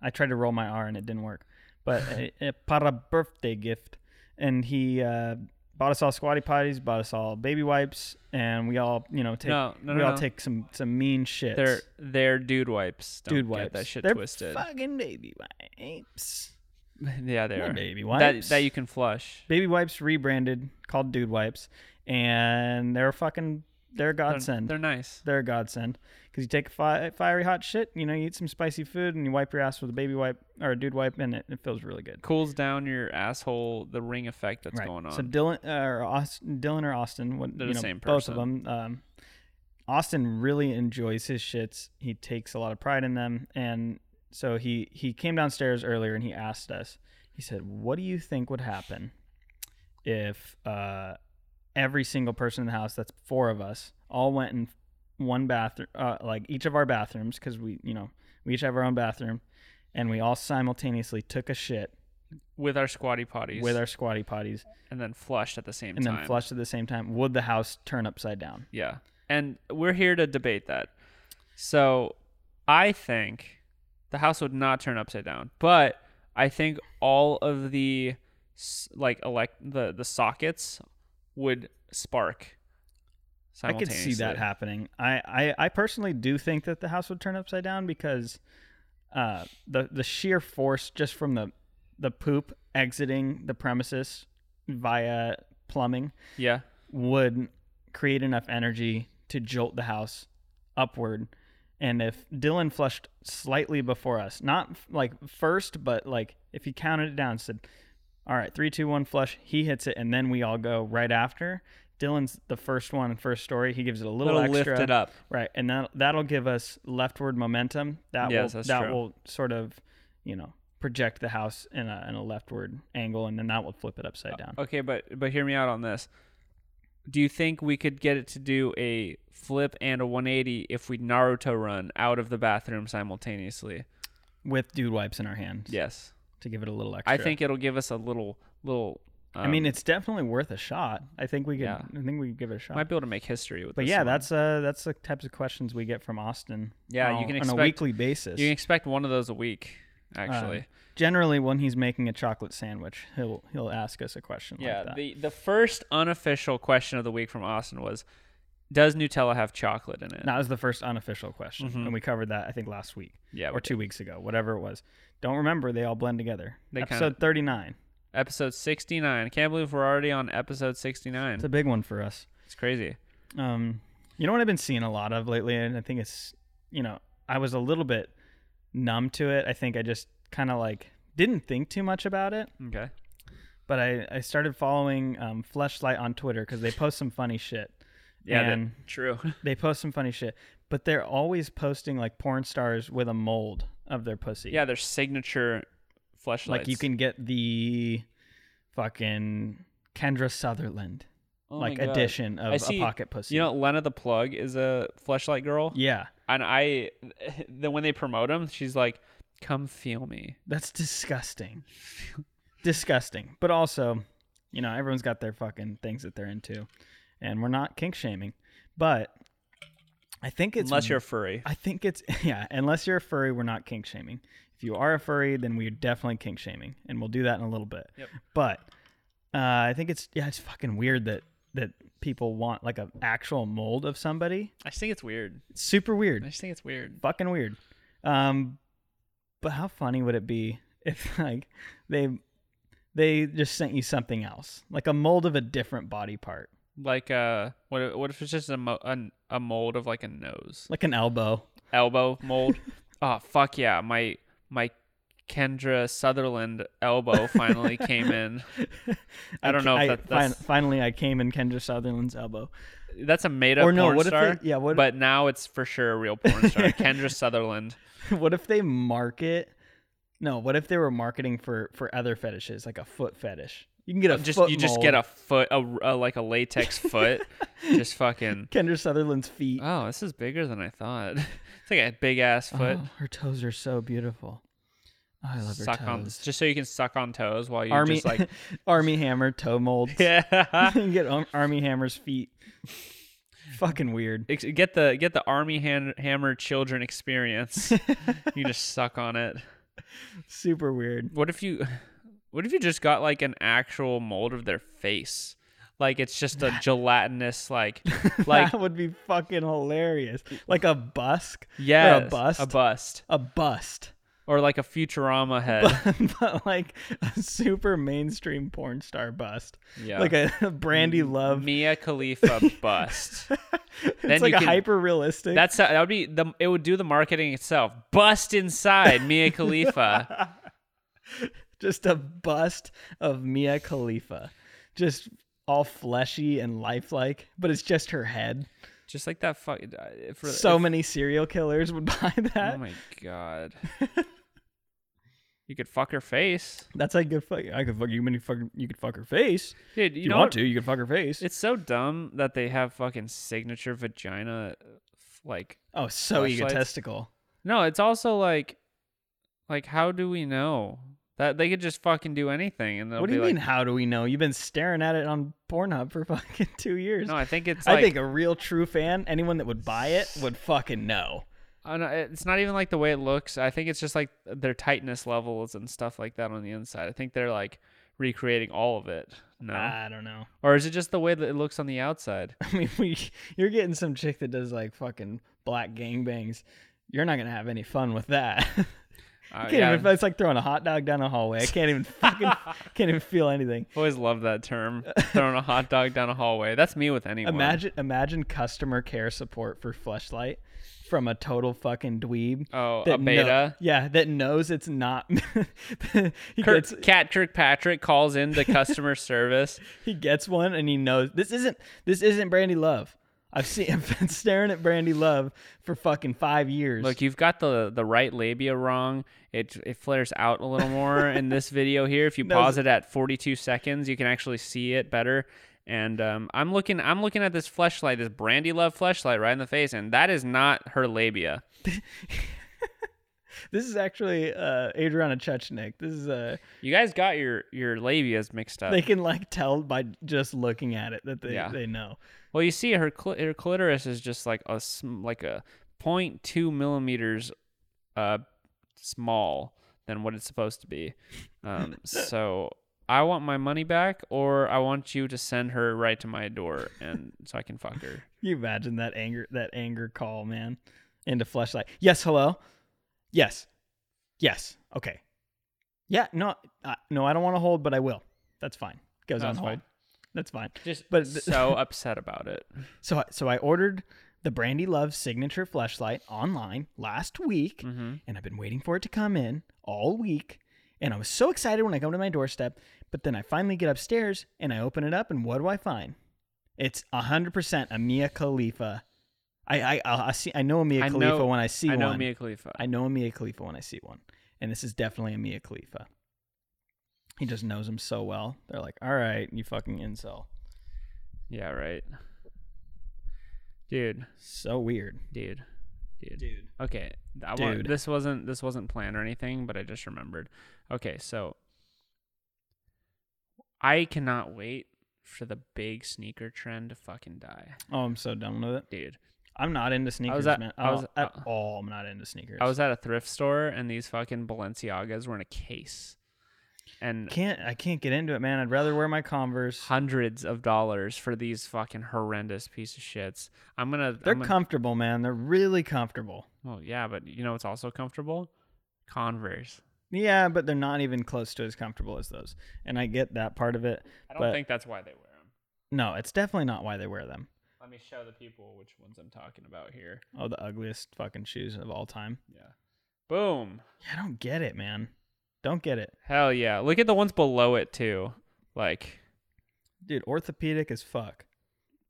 I tried to roll my R and it didn't work. But a, a para birthday gift, and he uh, bought us all squatty potties, bought us all baby wipes, and we all you know take
No, no,
we
no,
all
no.
take some some mean shit.
they're they're dude wipes. Don't
dude
get
wipes.
that shit
They're
twisted.
Fucking baby wipes.
yeah, they
They're
are.
baby
That
wipes.
that you can flush.
Baby wipes rebranded called dude wipes, and they're fucking they're a
They're-
godsend.
They're nice.
they're a godsend because you take a fi- fiery hot shit, you know, you eat some spicy food, and you wipe your ass with a baby wipe or a dude wipe, and it, it feels really good.
Cools down your asshole. The ring effect that's going on.
So Dylan or Austin, Dylan or Austin, what
They're
you
the
know,
same
both of
person.
them. Um, Austin really enjoys his shits. He takes a lot of pride in them, and so he he came downstairs earlier and he asked us. He said, "What do you think would happen if uh, every single person in the house, that's four of us, all went in one bathroom, uh, like each of our bathrooms, because we you know we each have our own bathroom, and we all simultaneously took a shit
with our squatty potties.
with our squatty potties."
and then flushed at the same
and
time.
then flush at the same time, would the house turn upside down?
Yeah. And we're here to debate that. So I think the house would not turn upside down, but I think all of the s- like elect the the sockets would spark.
I could see that
simultaneously.
happening. I, I, I personally do think that the house would turn upside down because uh, the the sheer force just from the the poop exiting the premises via plumbing
Yeah.
would create enough energy to jolt the house upward. And if Dylan flushed slightly before us, not f- like first, but like if he counted it down, said, all right, three, two, one, flush, he hits it, and then we all go right after. Dylan's the first one, first story. He gives it a little,
Little lift
extra,
it up.
right? And that that'll give us leftward momentum. That
Yes,
will
that's
that
true.
will sort of, you know, project the house in a in a leftward angle, and then that will flip it upside down.
Okay, but but hear me out on this. Do you think we could get it to do a flip and a 180 if we Naruto run out of the bathroom simultaneously?
With dude wipes in our hands,
Yes.
to give it a little extra.
I think it'll give us a little little.
I mean,
um,
it's definitely worth a shot. I think we could.
Yeah.
I think we could give it a shot.
might be able to make history with.
but
this
yeah,
one.
that's uh, that's the types of questions we get from Austin.
Yeah,
on,
you can
on
expect-
a weekly basis.
you can expect one of those a week, actually.
Um, generally, when he's making a chocolate sandwich, he'll he'll ask us a question
yeah,
like that.
the the first unofficial question of the week from Austin was, "Does Nutella have chocolate in it?"
that was the first unofficial question, and we covered that I think last week
Mm-hmm. Yeah, we
or two weeks ago, whatever it was. Don't remember. They all blend together.
They kinda-
Episode thirty nine.
Episode sixty nine. Can't believe we're already on episode sixty nine.
It's a big one for us.
It's crazy.
Um, you know what I've been seeing a lot of lately, and I think it's you know I was a little bit numb to it. I think I just kind of like didn't think too much about it,
Okay.
but I I started following um, Fleshlight on Twitter because they post some funny shit.
Yeah. that-
and
true.
they post some funny shit, but they're always posting like porn stars with a mold of their pussy.
yeah, their signature fleshlights.
like you can get the fucking Kendra Sutherland
Oh my
like
God.
edition
I
of a
see-
pocket pussy.
You know, Lena the Plug is a fleshlight girl.
yeah,
and I then when they promote him, she's like, "Come feel me."
That's disgusting. disgusting. But also, you know, everyone's got their fucking things that they're into. And we're not kink shaming. But I think it's
Unless you're furry,
I think it's yeah, unless you're a furry, we're not kink shaming. If you are a furry, then we're definitely kink shaming. And we'll do that in a little bit.
Yep.
But uh, I think it's yeah, it's fucking weird that that people want like an actual mold of somebody.
I just think it's weird.
It's super weird
I just think it's weird.
fucking weird. Um, but how funny would it be if like they they just sent you something else, like a mold of a different body part,
Like, uh, what if, what if it's just a mo- an, a mold of like a nose,
like an elbow?
elbow mold? oh fuck yeah, my my Kendra Sutherland elbow finally came in. I don't know if that, that's
finally, I came in Kendra Sutherland's elbow.
that's a made up
Or no,
porn
what if
star.
they- yeah, what if-
but now it's for sure a real porn star, Kendra Sutherland.
what if they market? No, what if they were marketing for for other fetishes, like a foot fetish? You can get a
Oh, Just
foot
you just
mold.
get a foot, a, a like a latex foot, just fucking.
Kendra Sutherland's feet.
Oh, this is bigger than I thought. It's like a big ass foot.
Oh, her toes are so beautiful. Oh, I love her
suck on
toes.
just so you can suck on toes while you're
Army,
just like
Army Hammer toe molds.
yeah.
you get Ar- Army Hammer's feet. Fucking weird.
Ex- Get the get the Army hand, Hammer children experience. you just suck on it.
Super weird.
What if you what if you just got like an actual mold of their face? Like it's just a gelatinous like like
that would be fucking hilarious. Like a busk.
yeah,
Or a bust.
a bust
a bust.
or like a Futurama head.
but like a super mainstream porn star bust.
Yeah.
Like a Brandy Love.
Mia Khalifa bust. Then
it's like
you
a
can-
hyper realistic.
That's that would be the it would do the marketing itself. Bust inside Mia Khalifa.
just a bust of Mia Khalifa. Just all fleshy and lifelike, but it's just her head.
just like that fuck if, really-
so
if-
many serial killers would buy that.
Oh my god. you could fuck her face.
That's like good fuck. I could fuck you many fucking. You could fuck her face.
Dude,
If
you,
you
know
want
what-
to? You could fuck her face.
It's so dumb that they have fucking signature vagina uh, f- like
oh, so
flashlights.
egotistical.
No, it's also like like how do we know? That they could just fucking do anything and they'll
What do
be
you
like,
mean? How do we know? You've been staring at it on Pornhub for fucking two years.
No, I think it's
I
like
think a real true fan, anyone that would buy it, would fucking know.
I don't- it's not even like the way it looks. I think it's just like their tightness levels and stuff like that on the inside. I think they're like recreating all of it. No.
I don't know.
or is it just the way that it looks on the outside?
Ah. I mean, we, you're getting some chick that does like fucking black gangbangs. You're not gonna have any fun with that. You
Uh,
can't
yeah.
even, it's like throwing a hot dog down a hallway. I can't even fucking can't even feel anything.
Always love that term. Throwing a hot dog down a hallway. That's me with anyone.
Imagine imagine customer care support for Fleshlight from a total fucking dweeb.
Oh,
that
a
kno-
beta.
yeah, that knows it's not. he
Kirk,
gets
Cat Kirkpatrick calls in to customer service.
he gets one and he knows this isn't this isn't Brandy Love. I've seen I've been staring at Brandy Love for fucking five years.
Look, you've got the the right labia wrong. It it flares out a little more in this video here. If you pause it at 42 seconds, you can actually see it better. And um, I'm looking I'm looking at this fleshlight, this brandy love fleshlight right in the face, and that is not her labia.
this is actually uh, Adriana Chechnik. This is uh,
You guys got your your labias mixed up.
they can like tell by just looking at it that they
Uh, Yeah.
they know.
well, you see, her cl- her clitoris is just like a sm- like a 0.2 millimeters uh small than what it's supposed to be. Um, so I want my money back, or I want you to send her right to my door, and so I can fuck her.
Can you imagine that anger that anger call, man, into flashlight. Yes, hello. Yes, yes. Okay. Yeah. No. Uh, no. I don't want to hold, but I will. That's fine. Goes
No,
on
it's
hold.
fine.
That's fine.
Just
But
but
th-
so upset about it.
So I- so I ordered the Brandy Love signature flashlight online last week,
Mm-hmm.
and I've been waiting for it to come in all week. And I was so excited when I come to my doorstep, but then I finally get upstairs and I open it up, and what do I find? It's hundred percent a Mia Khalifa. I I I, I see I know a Mia
I
Khalifa
know-
when I see
I know
one.
Mia Khalifa.
I know a Mia Khalifa when I see one, and this is definitely a Mia Khalifa. He just knows him so well. They're like, all right, you fucking incel.
yeah, right. Dude,
So weird,
dude, dude.
dude.
Okay, I wa-
Dude.
this wasn't this wasn't planned or anything, but I just remembered. Okay, so I cannot wait for the big sneaker trend to fucking die,
Oh, I'm so done with it.
dude.
I'm not into sneakers,
at-
man. Oh,
I was-
at
uh,
all. I'm not into sneakers.
I was at a thrift store and these fucking Balenciagas were in a case, and
can't. I can't get into it, man. I'd rather wear my Converse.
hundreds of dollars for these fucking horrendous piece of shits. I'm gonna.
They're
I'm gonna-
comfortable, man. They're really comfortable.
well, yeah, but you know it's also comfortable. Converse.
Yeah, but they're not even close to as comfortable as those. And I get that part of it.
I don't
but
think that's why they wear them.
no, it's definitely not why they wear them.
Let me show the people which ones I'm talking about here.
Oh, the ugliest fucking shoes of all time.
Yeah. Boom.
Yeah, I don't get it, man. Don't get it,
Hell yeah. Look at the ones below it too. Like,
dude. Orthopedic as fuck.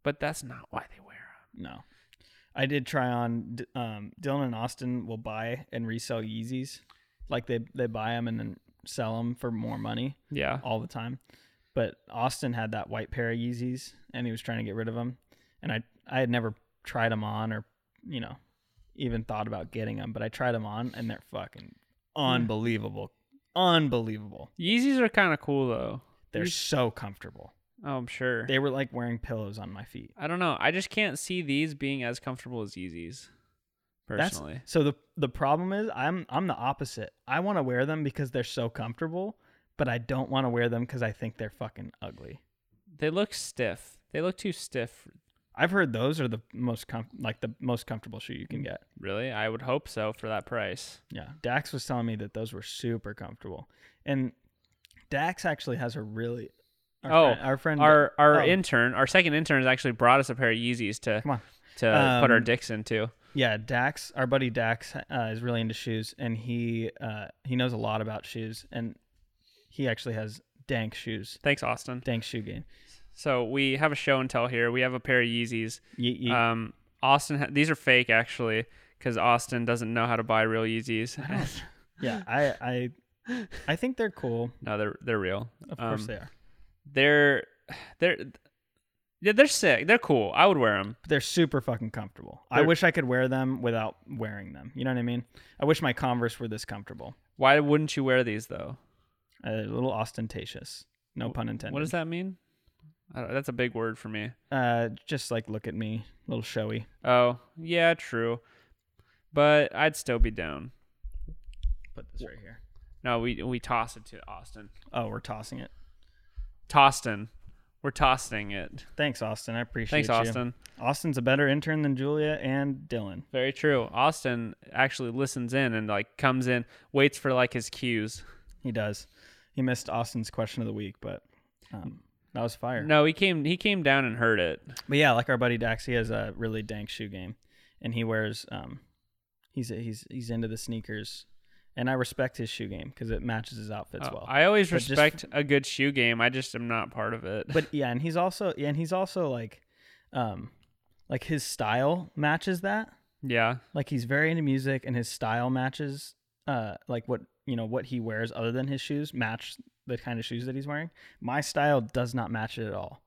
but that's not why they wear them.
No, I did try on. D- Um, Dylan and Austin will buy and resell Yeezys, like they they buy them and then sell them for more money
Yeah.
all the time. But Austin had that white pair of Yeezys, and he was trying to get rid of them. And I I had never tried them on, or you know, even thought about getting them. But I tried them on, and they're fucking unbelievable unbelievable.
Yeezys are kind of cool though.
They're
You-
so comfortable.
Oh, I'm sure.
They were like wearing pillows on my feet.
I don't know. I just can't see these being as comfortable as Yeezys.
That's
Personally,
so the the problem is I'm I'm the opposite. I want to wear them because they're so comfortable, but I don't want to wear them because I think they're fucking ugly.
they look stiff. They look too stiff.
I've heard those are the most com- like the most comfortable shoe you can get.
Really, I would hope so for that price.
Yeah, Dax was telling me that those were super comfortable, and Dax actually has a really our
Oh,
friend, our friend
Our our
oh.
intern, our second intern, has actually brought us a pair of Yeezys to
come on
to put our
Um,
dicks into.
Yeah, Dax, our buddy Dax, uh, is really into shoes, and he uh, he knows a lot about shoes, and he actually has dank shoes,
Thanks, Austin.
dank shoe game.
So we have a show and tell here. We have a pair of Yeezys.
Yeet, yeet.
Um, Austin, ha- these are fake actually, because Austin doesn't know how to buy real Yeezys.
yeah, I I I think they're cool.
no, they're they're real.
Of course
Um,
they are.
they're they're yeah, they're sick. They're cool. I would wear them.
But they're super fucking comfortable. I
they're-
wish I could wear them without wearing them. You know what I mean? I wish my Converse were this comfortable.
Why wouldn't you wear these though?
A little ostentatious. No pun intended.
What does that mean? I don't, that's a big word for me.
Uh, just like look at me, a little showy.
Oh, yeah, true. But I'd still be down.
Put this right here.
No, we we toss it to Austin.
Oh, we're tossing it.
Tostin. We're tossing it.
Thanks, Austin. I appreciate
Thanks,
you.
Austin.
Austin's a better intern than Julia and Dylan.
Very true. Austin actually listens in and like comes in, waits for like his cues.
He does. He missed Austin's question of the week, but um, that was fire.
No, he came he came down and heard it.
But yeah, like our buddy Dax, he has a really dank shoe game, and he wears um, he's he's he's into the sneakers, and I respect his shoe game because it matches his outfits
Uh,
well.
I always
But just-
respect a good shoe game. I just am not part of it.
but yeah, and he's also yeah, and he's also like, um, like his style matches that.
yeah.
Like he's very into music, and his style matches uh like what you know what he wears other than his shoes match the kind of shoes that he's wearing. My style does not match it at all.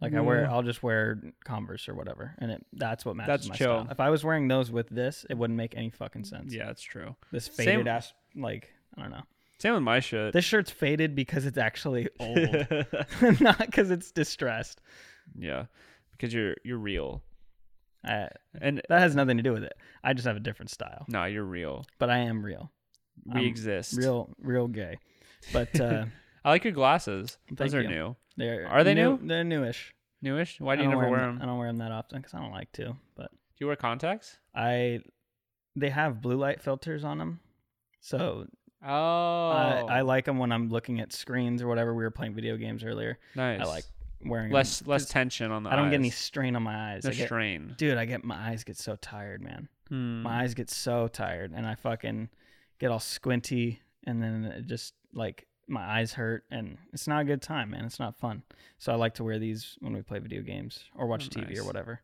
Like I wear,
Yeah.
I'll just wear Converse or whatever, and it that's what matches
Mm. That's
my
chill.
style. If I was wearing those with this, it wouldn't make any fucking sense.
Yeah, it's true.
this
Same-
faded ass like I don't know.
Same with my shit.
This shirt's faded because it's actually old, not because it's distressed.
yeah. Because you're you're real.
I,
And
that has nothing to do with it. I just have a different style,
no, you're real.
but I am real,
We
I'm
exist.
real, real gay. But uh,
I like your glasses. Those
Thank you.
are new.
they're
Are they new?
They're newish.
Newish? Why
I
do you
don't
never wear
them-
them?
I don't wear them that often because I don't like to. But
Do you wear contacts?
I, they have blue light filters on them, so
Oh,
I, I like them when I'm looking at screens or whatever. We were playing video games earlier.
nice.
I like wearing 'em
less less
'cause
tension on the.
I don't get any
eyes.
strain on my eyes.
No
I get-
strain.
dude, I get my eyes get so tired, man.
Hmm.
My eyes get so tired, and I fucking get all squinty, and then it just like my eyes hurt, and it's not a good time, man. It's not fun. So I like to wear these when we play video games or watch
Oh,
TV or
nice.
whatever.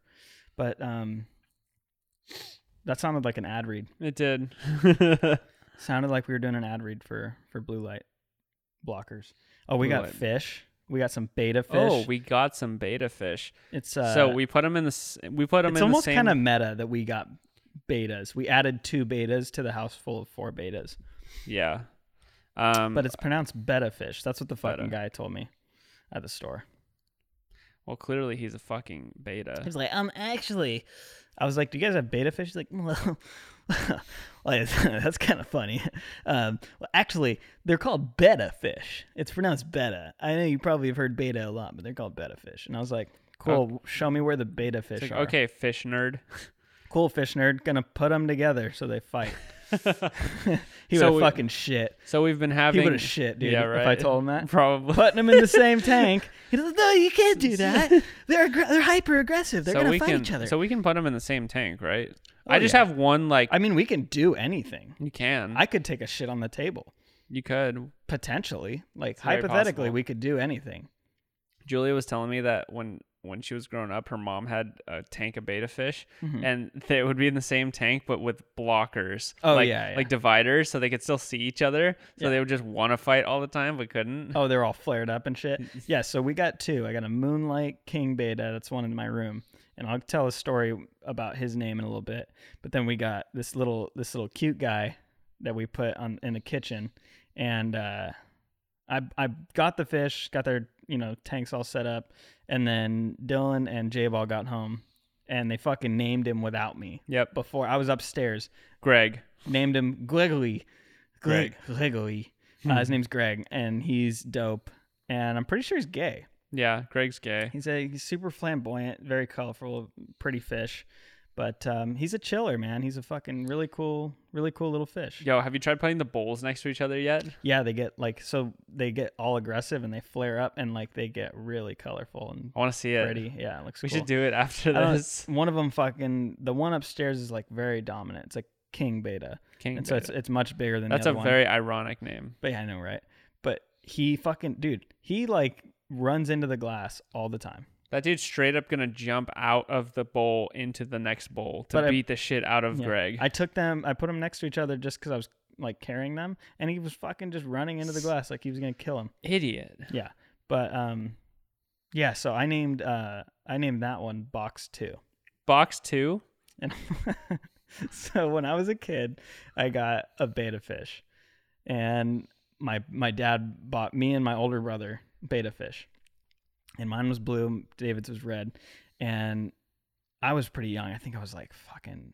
But um, that sounded like an ad read.
It did.
Sounded like we were doing an ad read for for blue light blockers. Oh, we
Blue
got
light.
fish. We got some beta fish.
oh, we got some beta fish.
it's uh,
so we put them in the. s- We put them
it's
in
almost
the same.
kind of meta that we got betas. We added two betas to the house full of four betas,
yeah. Um,
but it's pronounced betta fish. That's what the fucking
Betta.
guy told me at the store.
well, clearly he's a fucking beta.
was like, um, actually, I was like, do you guys have beta fish? He's like, well, like, that's kind of funny. Um, well, actually, they're called betta fish. It's pronounced betta. I know you probably have heard beta a lot, but they're called betta fish. And I was like, cool. Show me where the beta fish
It's like,
are.
okay, fish nerd.
cool fish nerd gonna put them together so they fight he
So
would
we-
fucking shit
So we've been
he
having.
would have shit dude
Yeah,
if i
right.
told him that
Probably.
putting them in the same tank he's like no you can't do that they're aggr- they're hyper aggressive they're
so
gonna
we
fight
can.
each other Oh,
So we can put them in the same tank, right? I just
yeah.
have one. Like
i mean we can do anything
you can.
i could take a shit on the table
you could.
potentially like
very
hypothetically
possible.
we could do anything
Julia was telling me that when when she was growing up, her mom had a tank of beta fish,
Mm-hmm.
and they would be in the same tank but with blockers.
Oh,
like,
yeah, yeah.
like dividers, so they could still see each other. So they would just want to fight all the time but couldn't.
oh they're all flared up and shit yeah so we got two i got a moonlight king beta that's one in my room and i'll tell a story about his name in a little bit but then we got this little this little cute guy that we put on in the kitchen and uh, I I got the fish, got their you know tanks all set up, and then Dylan and J Ball got home, and they fucking named him without me.
Yep.
Before I was upstairs,
Greg.
named him Gregory.
Greg. Hmm.
Gregory. Uh, his name's Greg, and he's dope. And I'm pretty sure he's gay.
Yeah, Greg's gay.
He's a he's super flamboyant, very colorful, pretty fish. But um, he's a chiller, man. He's a fucking really cool, really cool little fish.
Yo, have you tried playing the bowls next to each other yet?
Yeah, they get like so they get all aggressive and they flare up and like they get really colorful and
I want to see it.
pretty. Yeah, it looks
Oh, We
cool.
should do it after
I don't know,
this.
One of them fucking the one upstairs is like very dominant. It's like king beta,
King
and so it's
Beta.
it's much bigger than
That's
the
a
other one.
very ironic name.
But yeah, I know, right? But he fucking dude, he like runs into the glass all the time.
That dude's straight up gonna jump out of the bowl into the next bowl to
But I-
beat the shit out of
Yeah.
Greg.
I took them, I put them next to each other just because I was like carrying them, and he was fucking just running into the glass like he was gonna kill him.
Idiot.
Yeah, but um, yeah. So I named uh, I named that one Box Two,
Box two.
and so when I was a kid, I got a beta fish, and my my dad bought me and my older brother beta fish, and mine was blue, David's was red, and I was pretty young. I think I was like fucking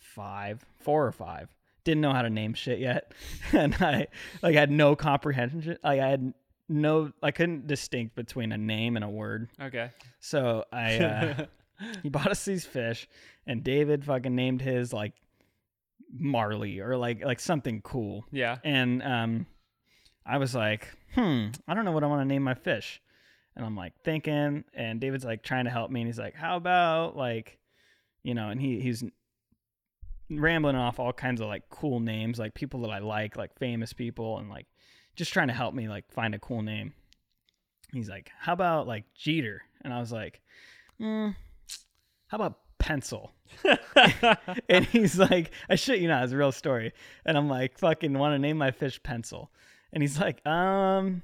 five, four or five. Didn't know how to name shit yet, and I like had no comprehension. Like I had no, I couldn't distinct between a name and a word.
Okay.
So I uh, he bought us these fish, and David fucking named his like Marley or like like something cool.
Yeah.
And um, I was like, hmm, I don't know what I want to name my fish. And I'm like thinking, and David's like trying to help me, and he's like, how about like, you know, and he he's rambling off all kinds of like cool names, like people that I like, like famous people, and like just trying to help me like find a cool name. He's like, how about like Jeter? And I was like, mm, how about pencil? and he's like, I shit you not, it's a real story. And I'm like, fucking want to name my fish pencil. And he's like, um,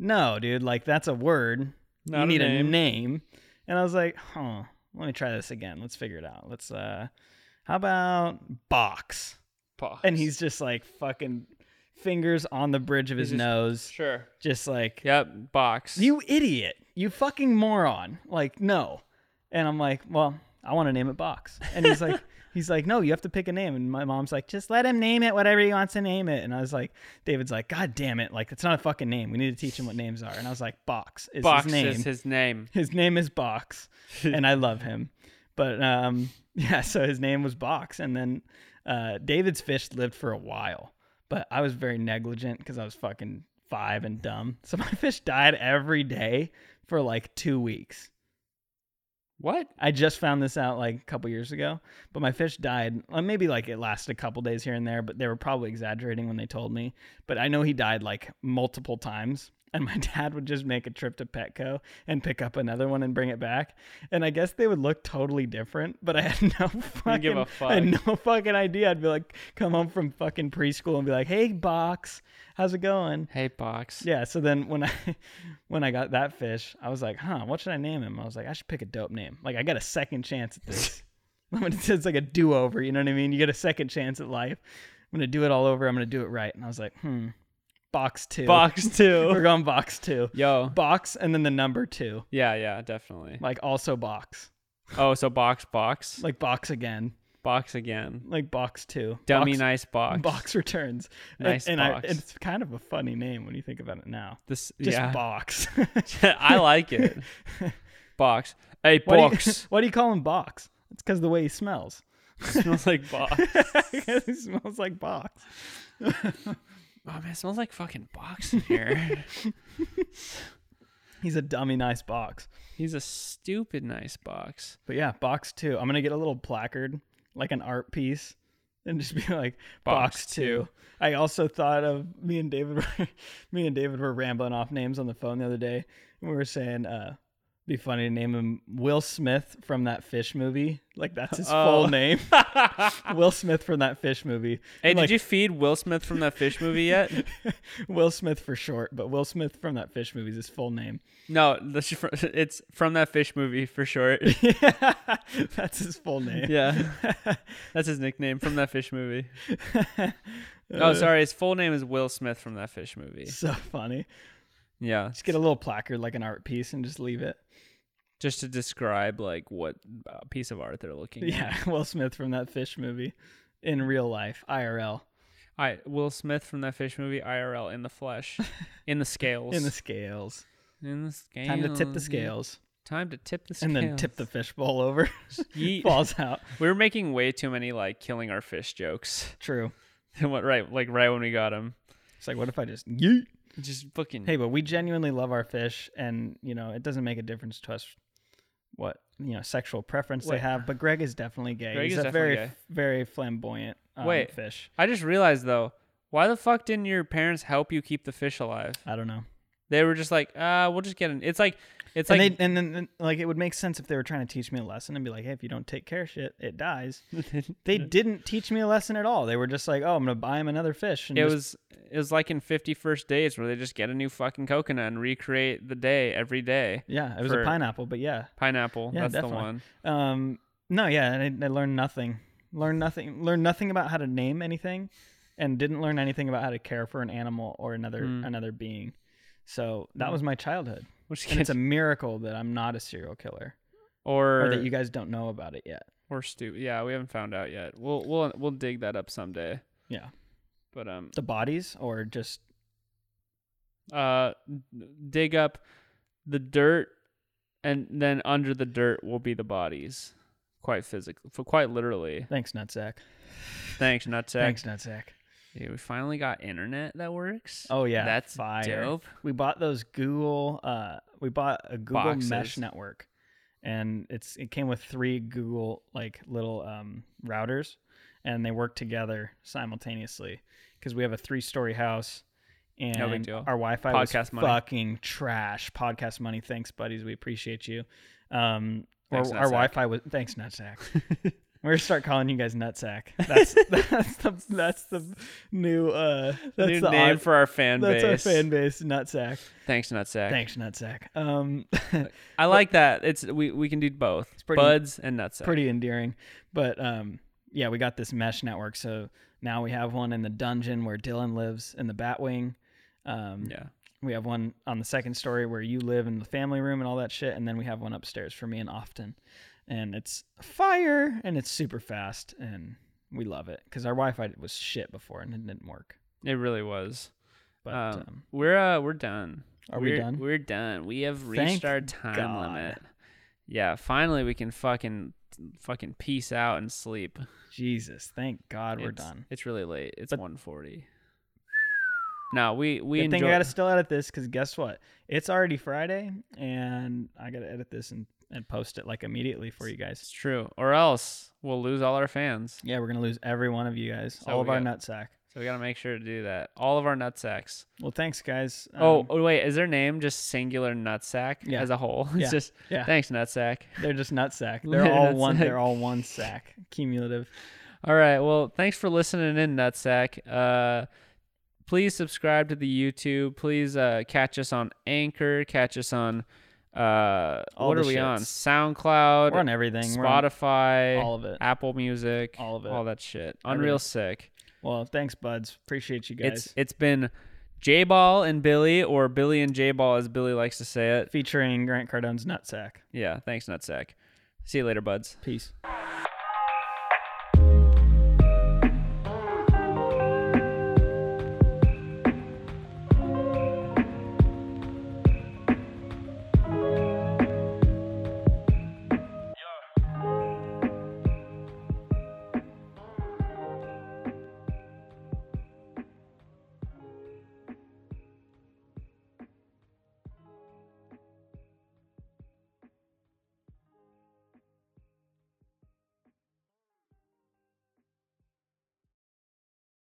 no, dude, like that's a word.
Not
you
a
need
name."
a name. And I was like, huh, let me try this again. Let's figure it out. Let's uh how about box?
Box.
And he's just like fucking fingers on the bridge of his
just-
nose.
sure.
Just like
Yep. Box.
you idiot. You fucking moron. Like, no. And I'm like, well, I want to name it Box. And he's like, he's like, no, you have to pick a name. And my mom's like, just let him name it whatever he wants to name it. And I was like, David's like, God damn it. Like, it's not a fucking name. We need to teach him what names are. And I was like, Box is
Box
his name.
is his name.
His name is Box, and I love him. But um, yeah, so his name was Box, and then uh, David's fish lived for a while. But I was very negligent because I was fucking five and dumb. So my fish died every day for like two weeks.
What?
I just found this out like a couple years ago, but my fish died. Well, maybe like it lasted a couple days here and there, but they were probably exaggerating when they told me. But I know he died like multiple times. And my dad would just make a trip to Petco and pick up another one and bring it back. And I guess they would look totally different, but I had no fucking,
give a
I had
fuck.
no fucking idea. I'd be like, come home from fucking preschool and be like, hey, box, how's it going?
Hey, box.
Yeah, so then when I when I got that fish, I was like, huh, what should I name him? I was like, I should pick a dope name. Like I got a second chance at this. I'm gonna it's like a do over, you know what I mean? You get a second chance at life. I'm gonna do it all over, I'm gonna do it right. And I was like, hmm. Box two.
Box
We're
two.
going box two.
Yo.
Box and then the number two.
Yeah. Yeah. Definitely.
Like also box.
Oh, so box, box,
Like box again.
box again.
Like box two.
Dummy,
box,
nice box.
Box returns.
Nice
and,
box.
I, it's kind of a funny name when you think about it now.
This.
Just
yeah.
box.
I like it. Box. Hey,
Why do you-
box.
why do you call him Box? It's because the way he smells.
smells like box.
'Cause he smells like Box.
Oh man, it smells like fucking box in here.
He's a dummy nice box.
He's a stupid nice box.
But yeah, Box 2. I'm going to get a little placard, like an art piece, and just be like, Box,
Box
2. I also thought of me and David were, me and David were rambling off names on the phone the other day. And we were saying, uh, be funny to name him Will Smith from that fish movie. Like that's his
Oh.
full name. Will Smith from that fish movie.
Hey,
Like-
did you feed Will Smith from that fish movie yet?
Will Smith for short, but Will Smith from that fish movie is his full name.
no, that's fr- it's from that fish movie for short.
That's his full name.
Yeah, that's his nickname from that fish movie.
Uh,
Oh, sorry. His full name is Will Smith from that fish movie.
So funny.
Yeah.
Just get a little placard, like an art piece, and just leave it.
Just to describe like what uh, piece of art they're looking at.
Yeah, Will Smith from that fish movie in real life, IRL,
I Will Smith from that fish movie IRL in the flesh, in the scales,
in the scales.
in the scales.
Time to tip the scales.
Time to tip the
And
scales.
then tip the fish bowl over.
Yeet.
Falls out.
We were making way too many like killing our fish jokes.
True.
what right like right when we got him,
It's like, what if I just yeet?
just fucking
Hey, but we genuinely love our fish, and you know it doesn't make a difference to us what you know sexual preference they
Wait.
have. But Greg is definitely gay.
Greg
He's
is
a
definitely
very,
gay.
very flamboyant um,
Wait.
fish.
I just realized though, why the fuck didn't your parents help you keep the fish alive?
I don't know.
They were just like, uh, we'll just get an. It's like, it's
and,
like
they, and then then, like it would make sense if they were trying to teach me a lesson and be like, hey, if you don't take care of shit, it dies. they didn't teach me a lesson at all. They were just like, oh, I'm gonna buy him another fish. And
it
just-
was it was like in Fifty First Days where they just get a new fucking coconut and recreate the day every day.
yeah, it was a
for-
pineapple, but yeah,
Pineapple,
Yeah,
that's
definitely.
the one.
Um, no, yeah, and I, I learned nothing. Learned nothing. Learned nothing about how to name anything, and didn't learn anything about how to care for an animal or another another being. So that was my childhood.
Which
And it's
gets,
a miracle that I'm not a serial killer,
or
or that you guys don't know about it yet.
or stupid. Yeah, we haven't found out yet. We'll we'll we'll dig that up someday.
Yeah,
But um,
the bodies, or just
uh, dig up the dirt, and then under the dirt will be the bodies. Quite physically, quite literally.
thanks, nutsack.
Thanks, nutsack.
Thanks, nutsack.
Yeah, we finally got internet that works.
Oh yeah,
that's
fire.
dope.
We bought those Google. Uh, we bought a Google Mesh
Boxes.
network, and it's it came with three Google like little um, routers, and they work together simultaneously because we have a three story house. And
deal.
our Wi-Fi was
Podcast money.
fucking trash. Podcast money, thanks, buddies. We appreciate you. Um, or
Thanks,
our
Nutsack.
Wi-Fi was thanks, nutsack. We're gonna start calling you guys nutsack. That's that's the that's the new uh that's
New
the
name
odd-
for our fan
that's
base.
our fan base, Nutsack.
Thanks, Nutsack.
Thanks, Nutsack. Um,
I like that. It's we, we can do both.
pretty-
Buds and Nutsack.
pretty endearing. But um, yeah, we got this mesh network, so now we have one in the dungeon where Dylan lives in the Batwing. Um,
Yeah.
We have one on the second story where you live in the family room and all that shit, and then we have one upstairs for me and Often, and it's fire and it's super fast and we love it because our Wi-Fi was shit before and it didn't work.
It really was.
But
um,
um,
we're uh we're done.
Are we
We're-
done?
We're done. We have
Thank
reached our time
God.
limit. Yeah, finally we can fucking fucking peace out and sleep.
Jesus, thank God we're
It's-
done.
It's really late. It's
But-
one forty. No, we we
Good
enjoy.
thing I gotta still edit this because guess what? It's already Friday, and I gotta edit this and, and post it like immediately for you
It's
guys.
true, or else we'll lose all our fans.
Yeah, we're gonna lose every one of you guys,
So
all of
we
our
got-
nutsack.
So we gotta make sure to do that. All of our nutsacks.
Well, thanks guys.
oh,
Um,
oh, wait, is their name just singular nutsack
Yeah.
as a whole? It's
Yeah.
just
Yeah.
thanks nutsack.
they're just nutsack. They're
They're
all one.
nutsack.
They're all one sack, cumulative.
All right, well, thanks for listening in nutsack. Uh, please subscribe to the YouTube. Please uh, catch us on Anchor. Catch us on uh,
All
what
the
are we on?
We're
SoundCloud.
on everything.
Spotify.
We're on all of it.
Apple Music.
All of it.
All that shit.
Everything.
Unreal sick.
Well, thanks, buds. Appreciate you guys.
It's it's been J Ball and Billy, or Billy and J Ball, as Billy likes to say it.
Featuring Grant Cardone's nutsack.
Yeah, thanks, Nutsack. See you later, buds.
Peace.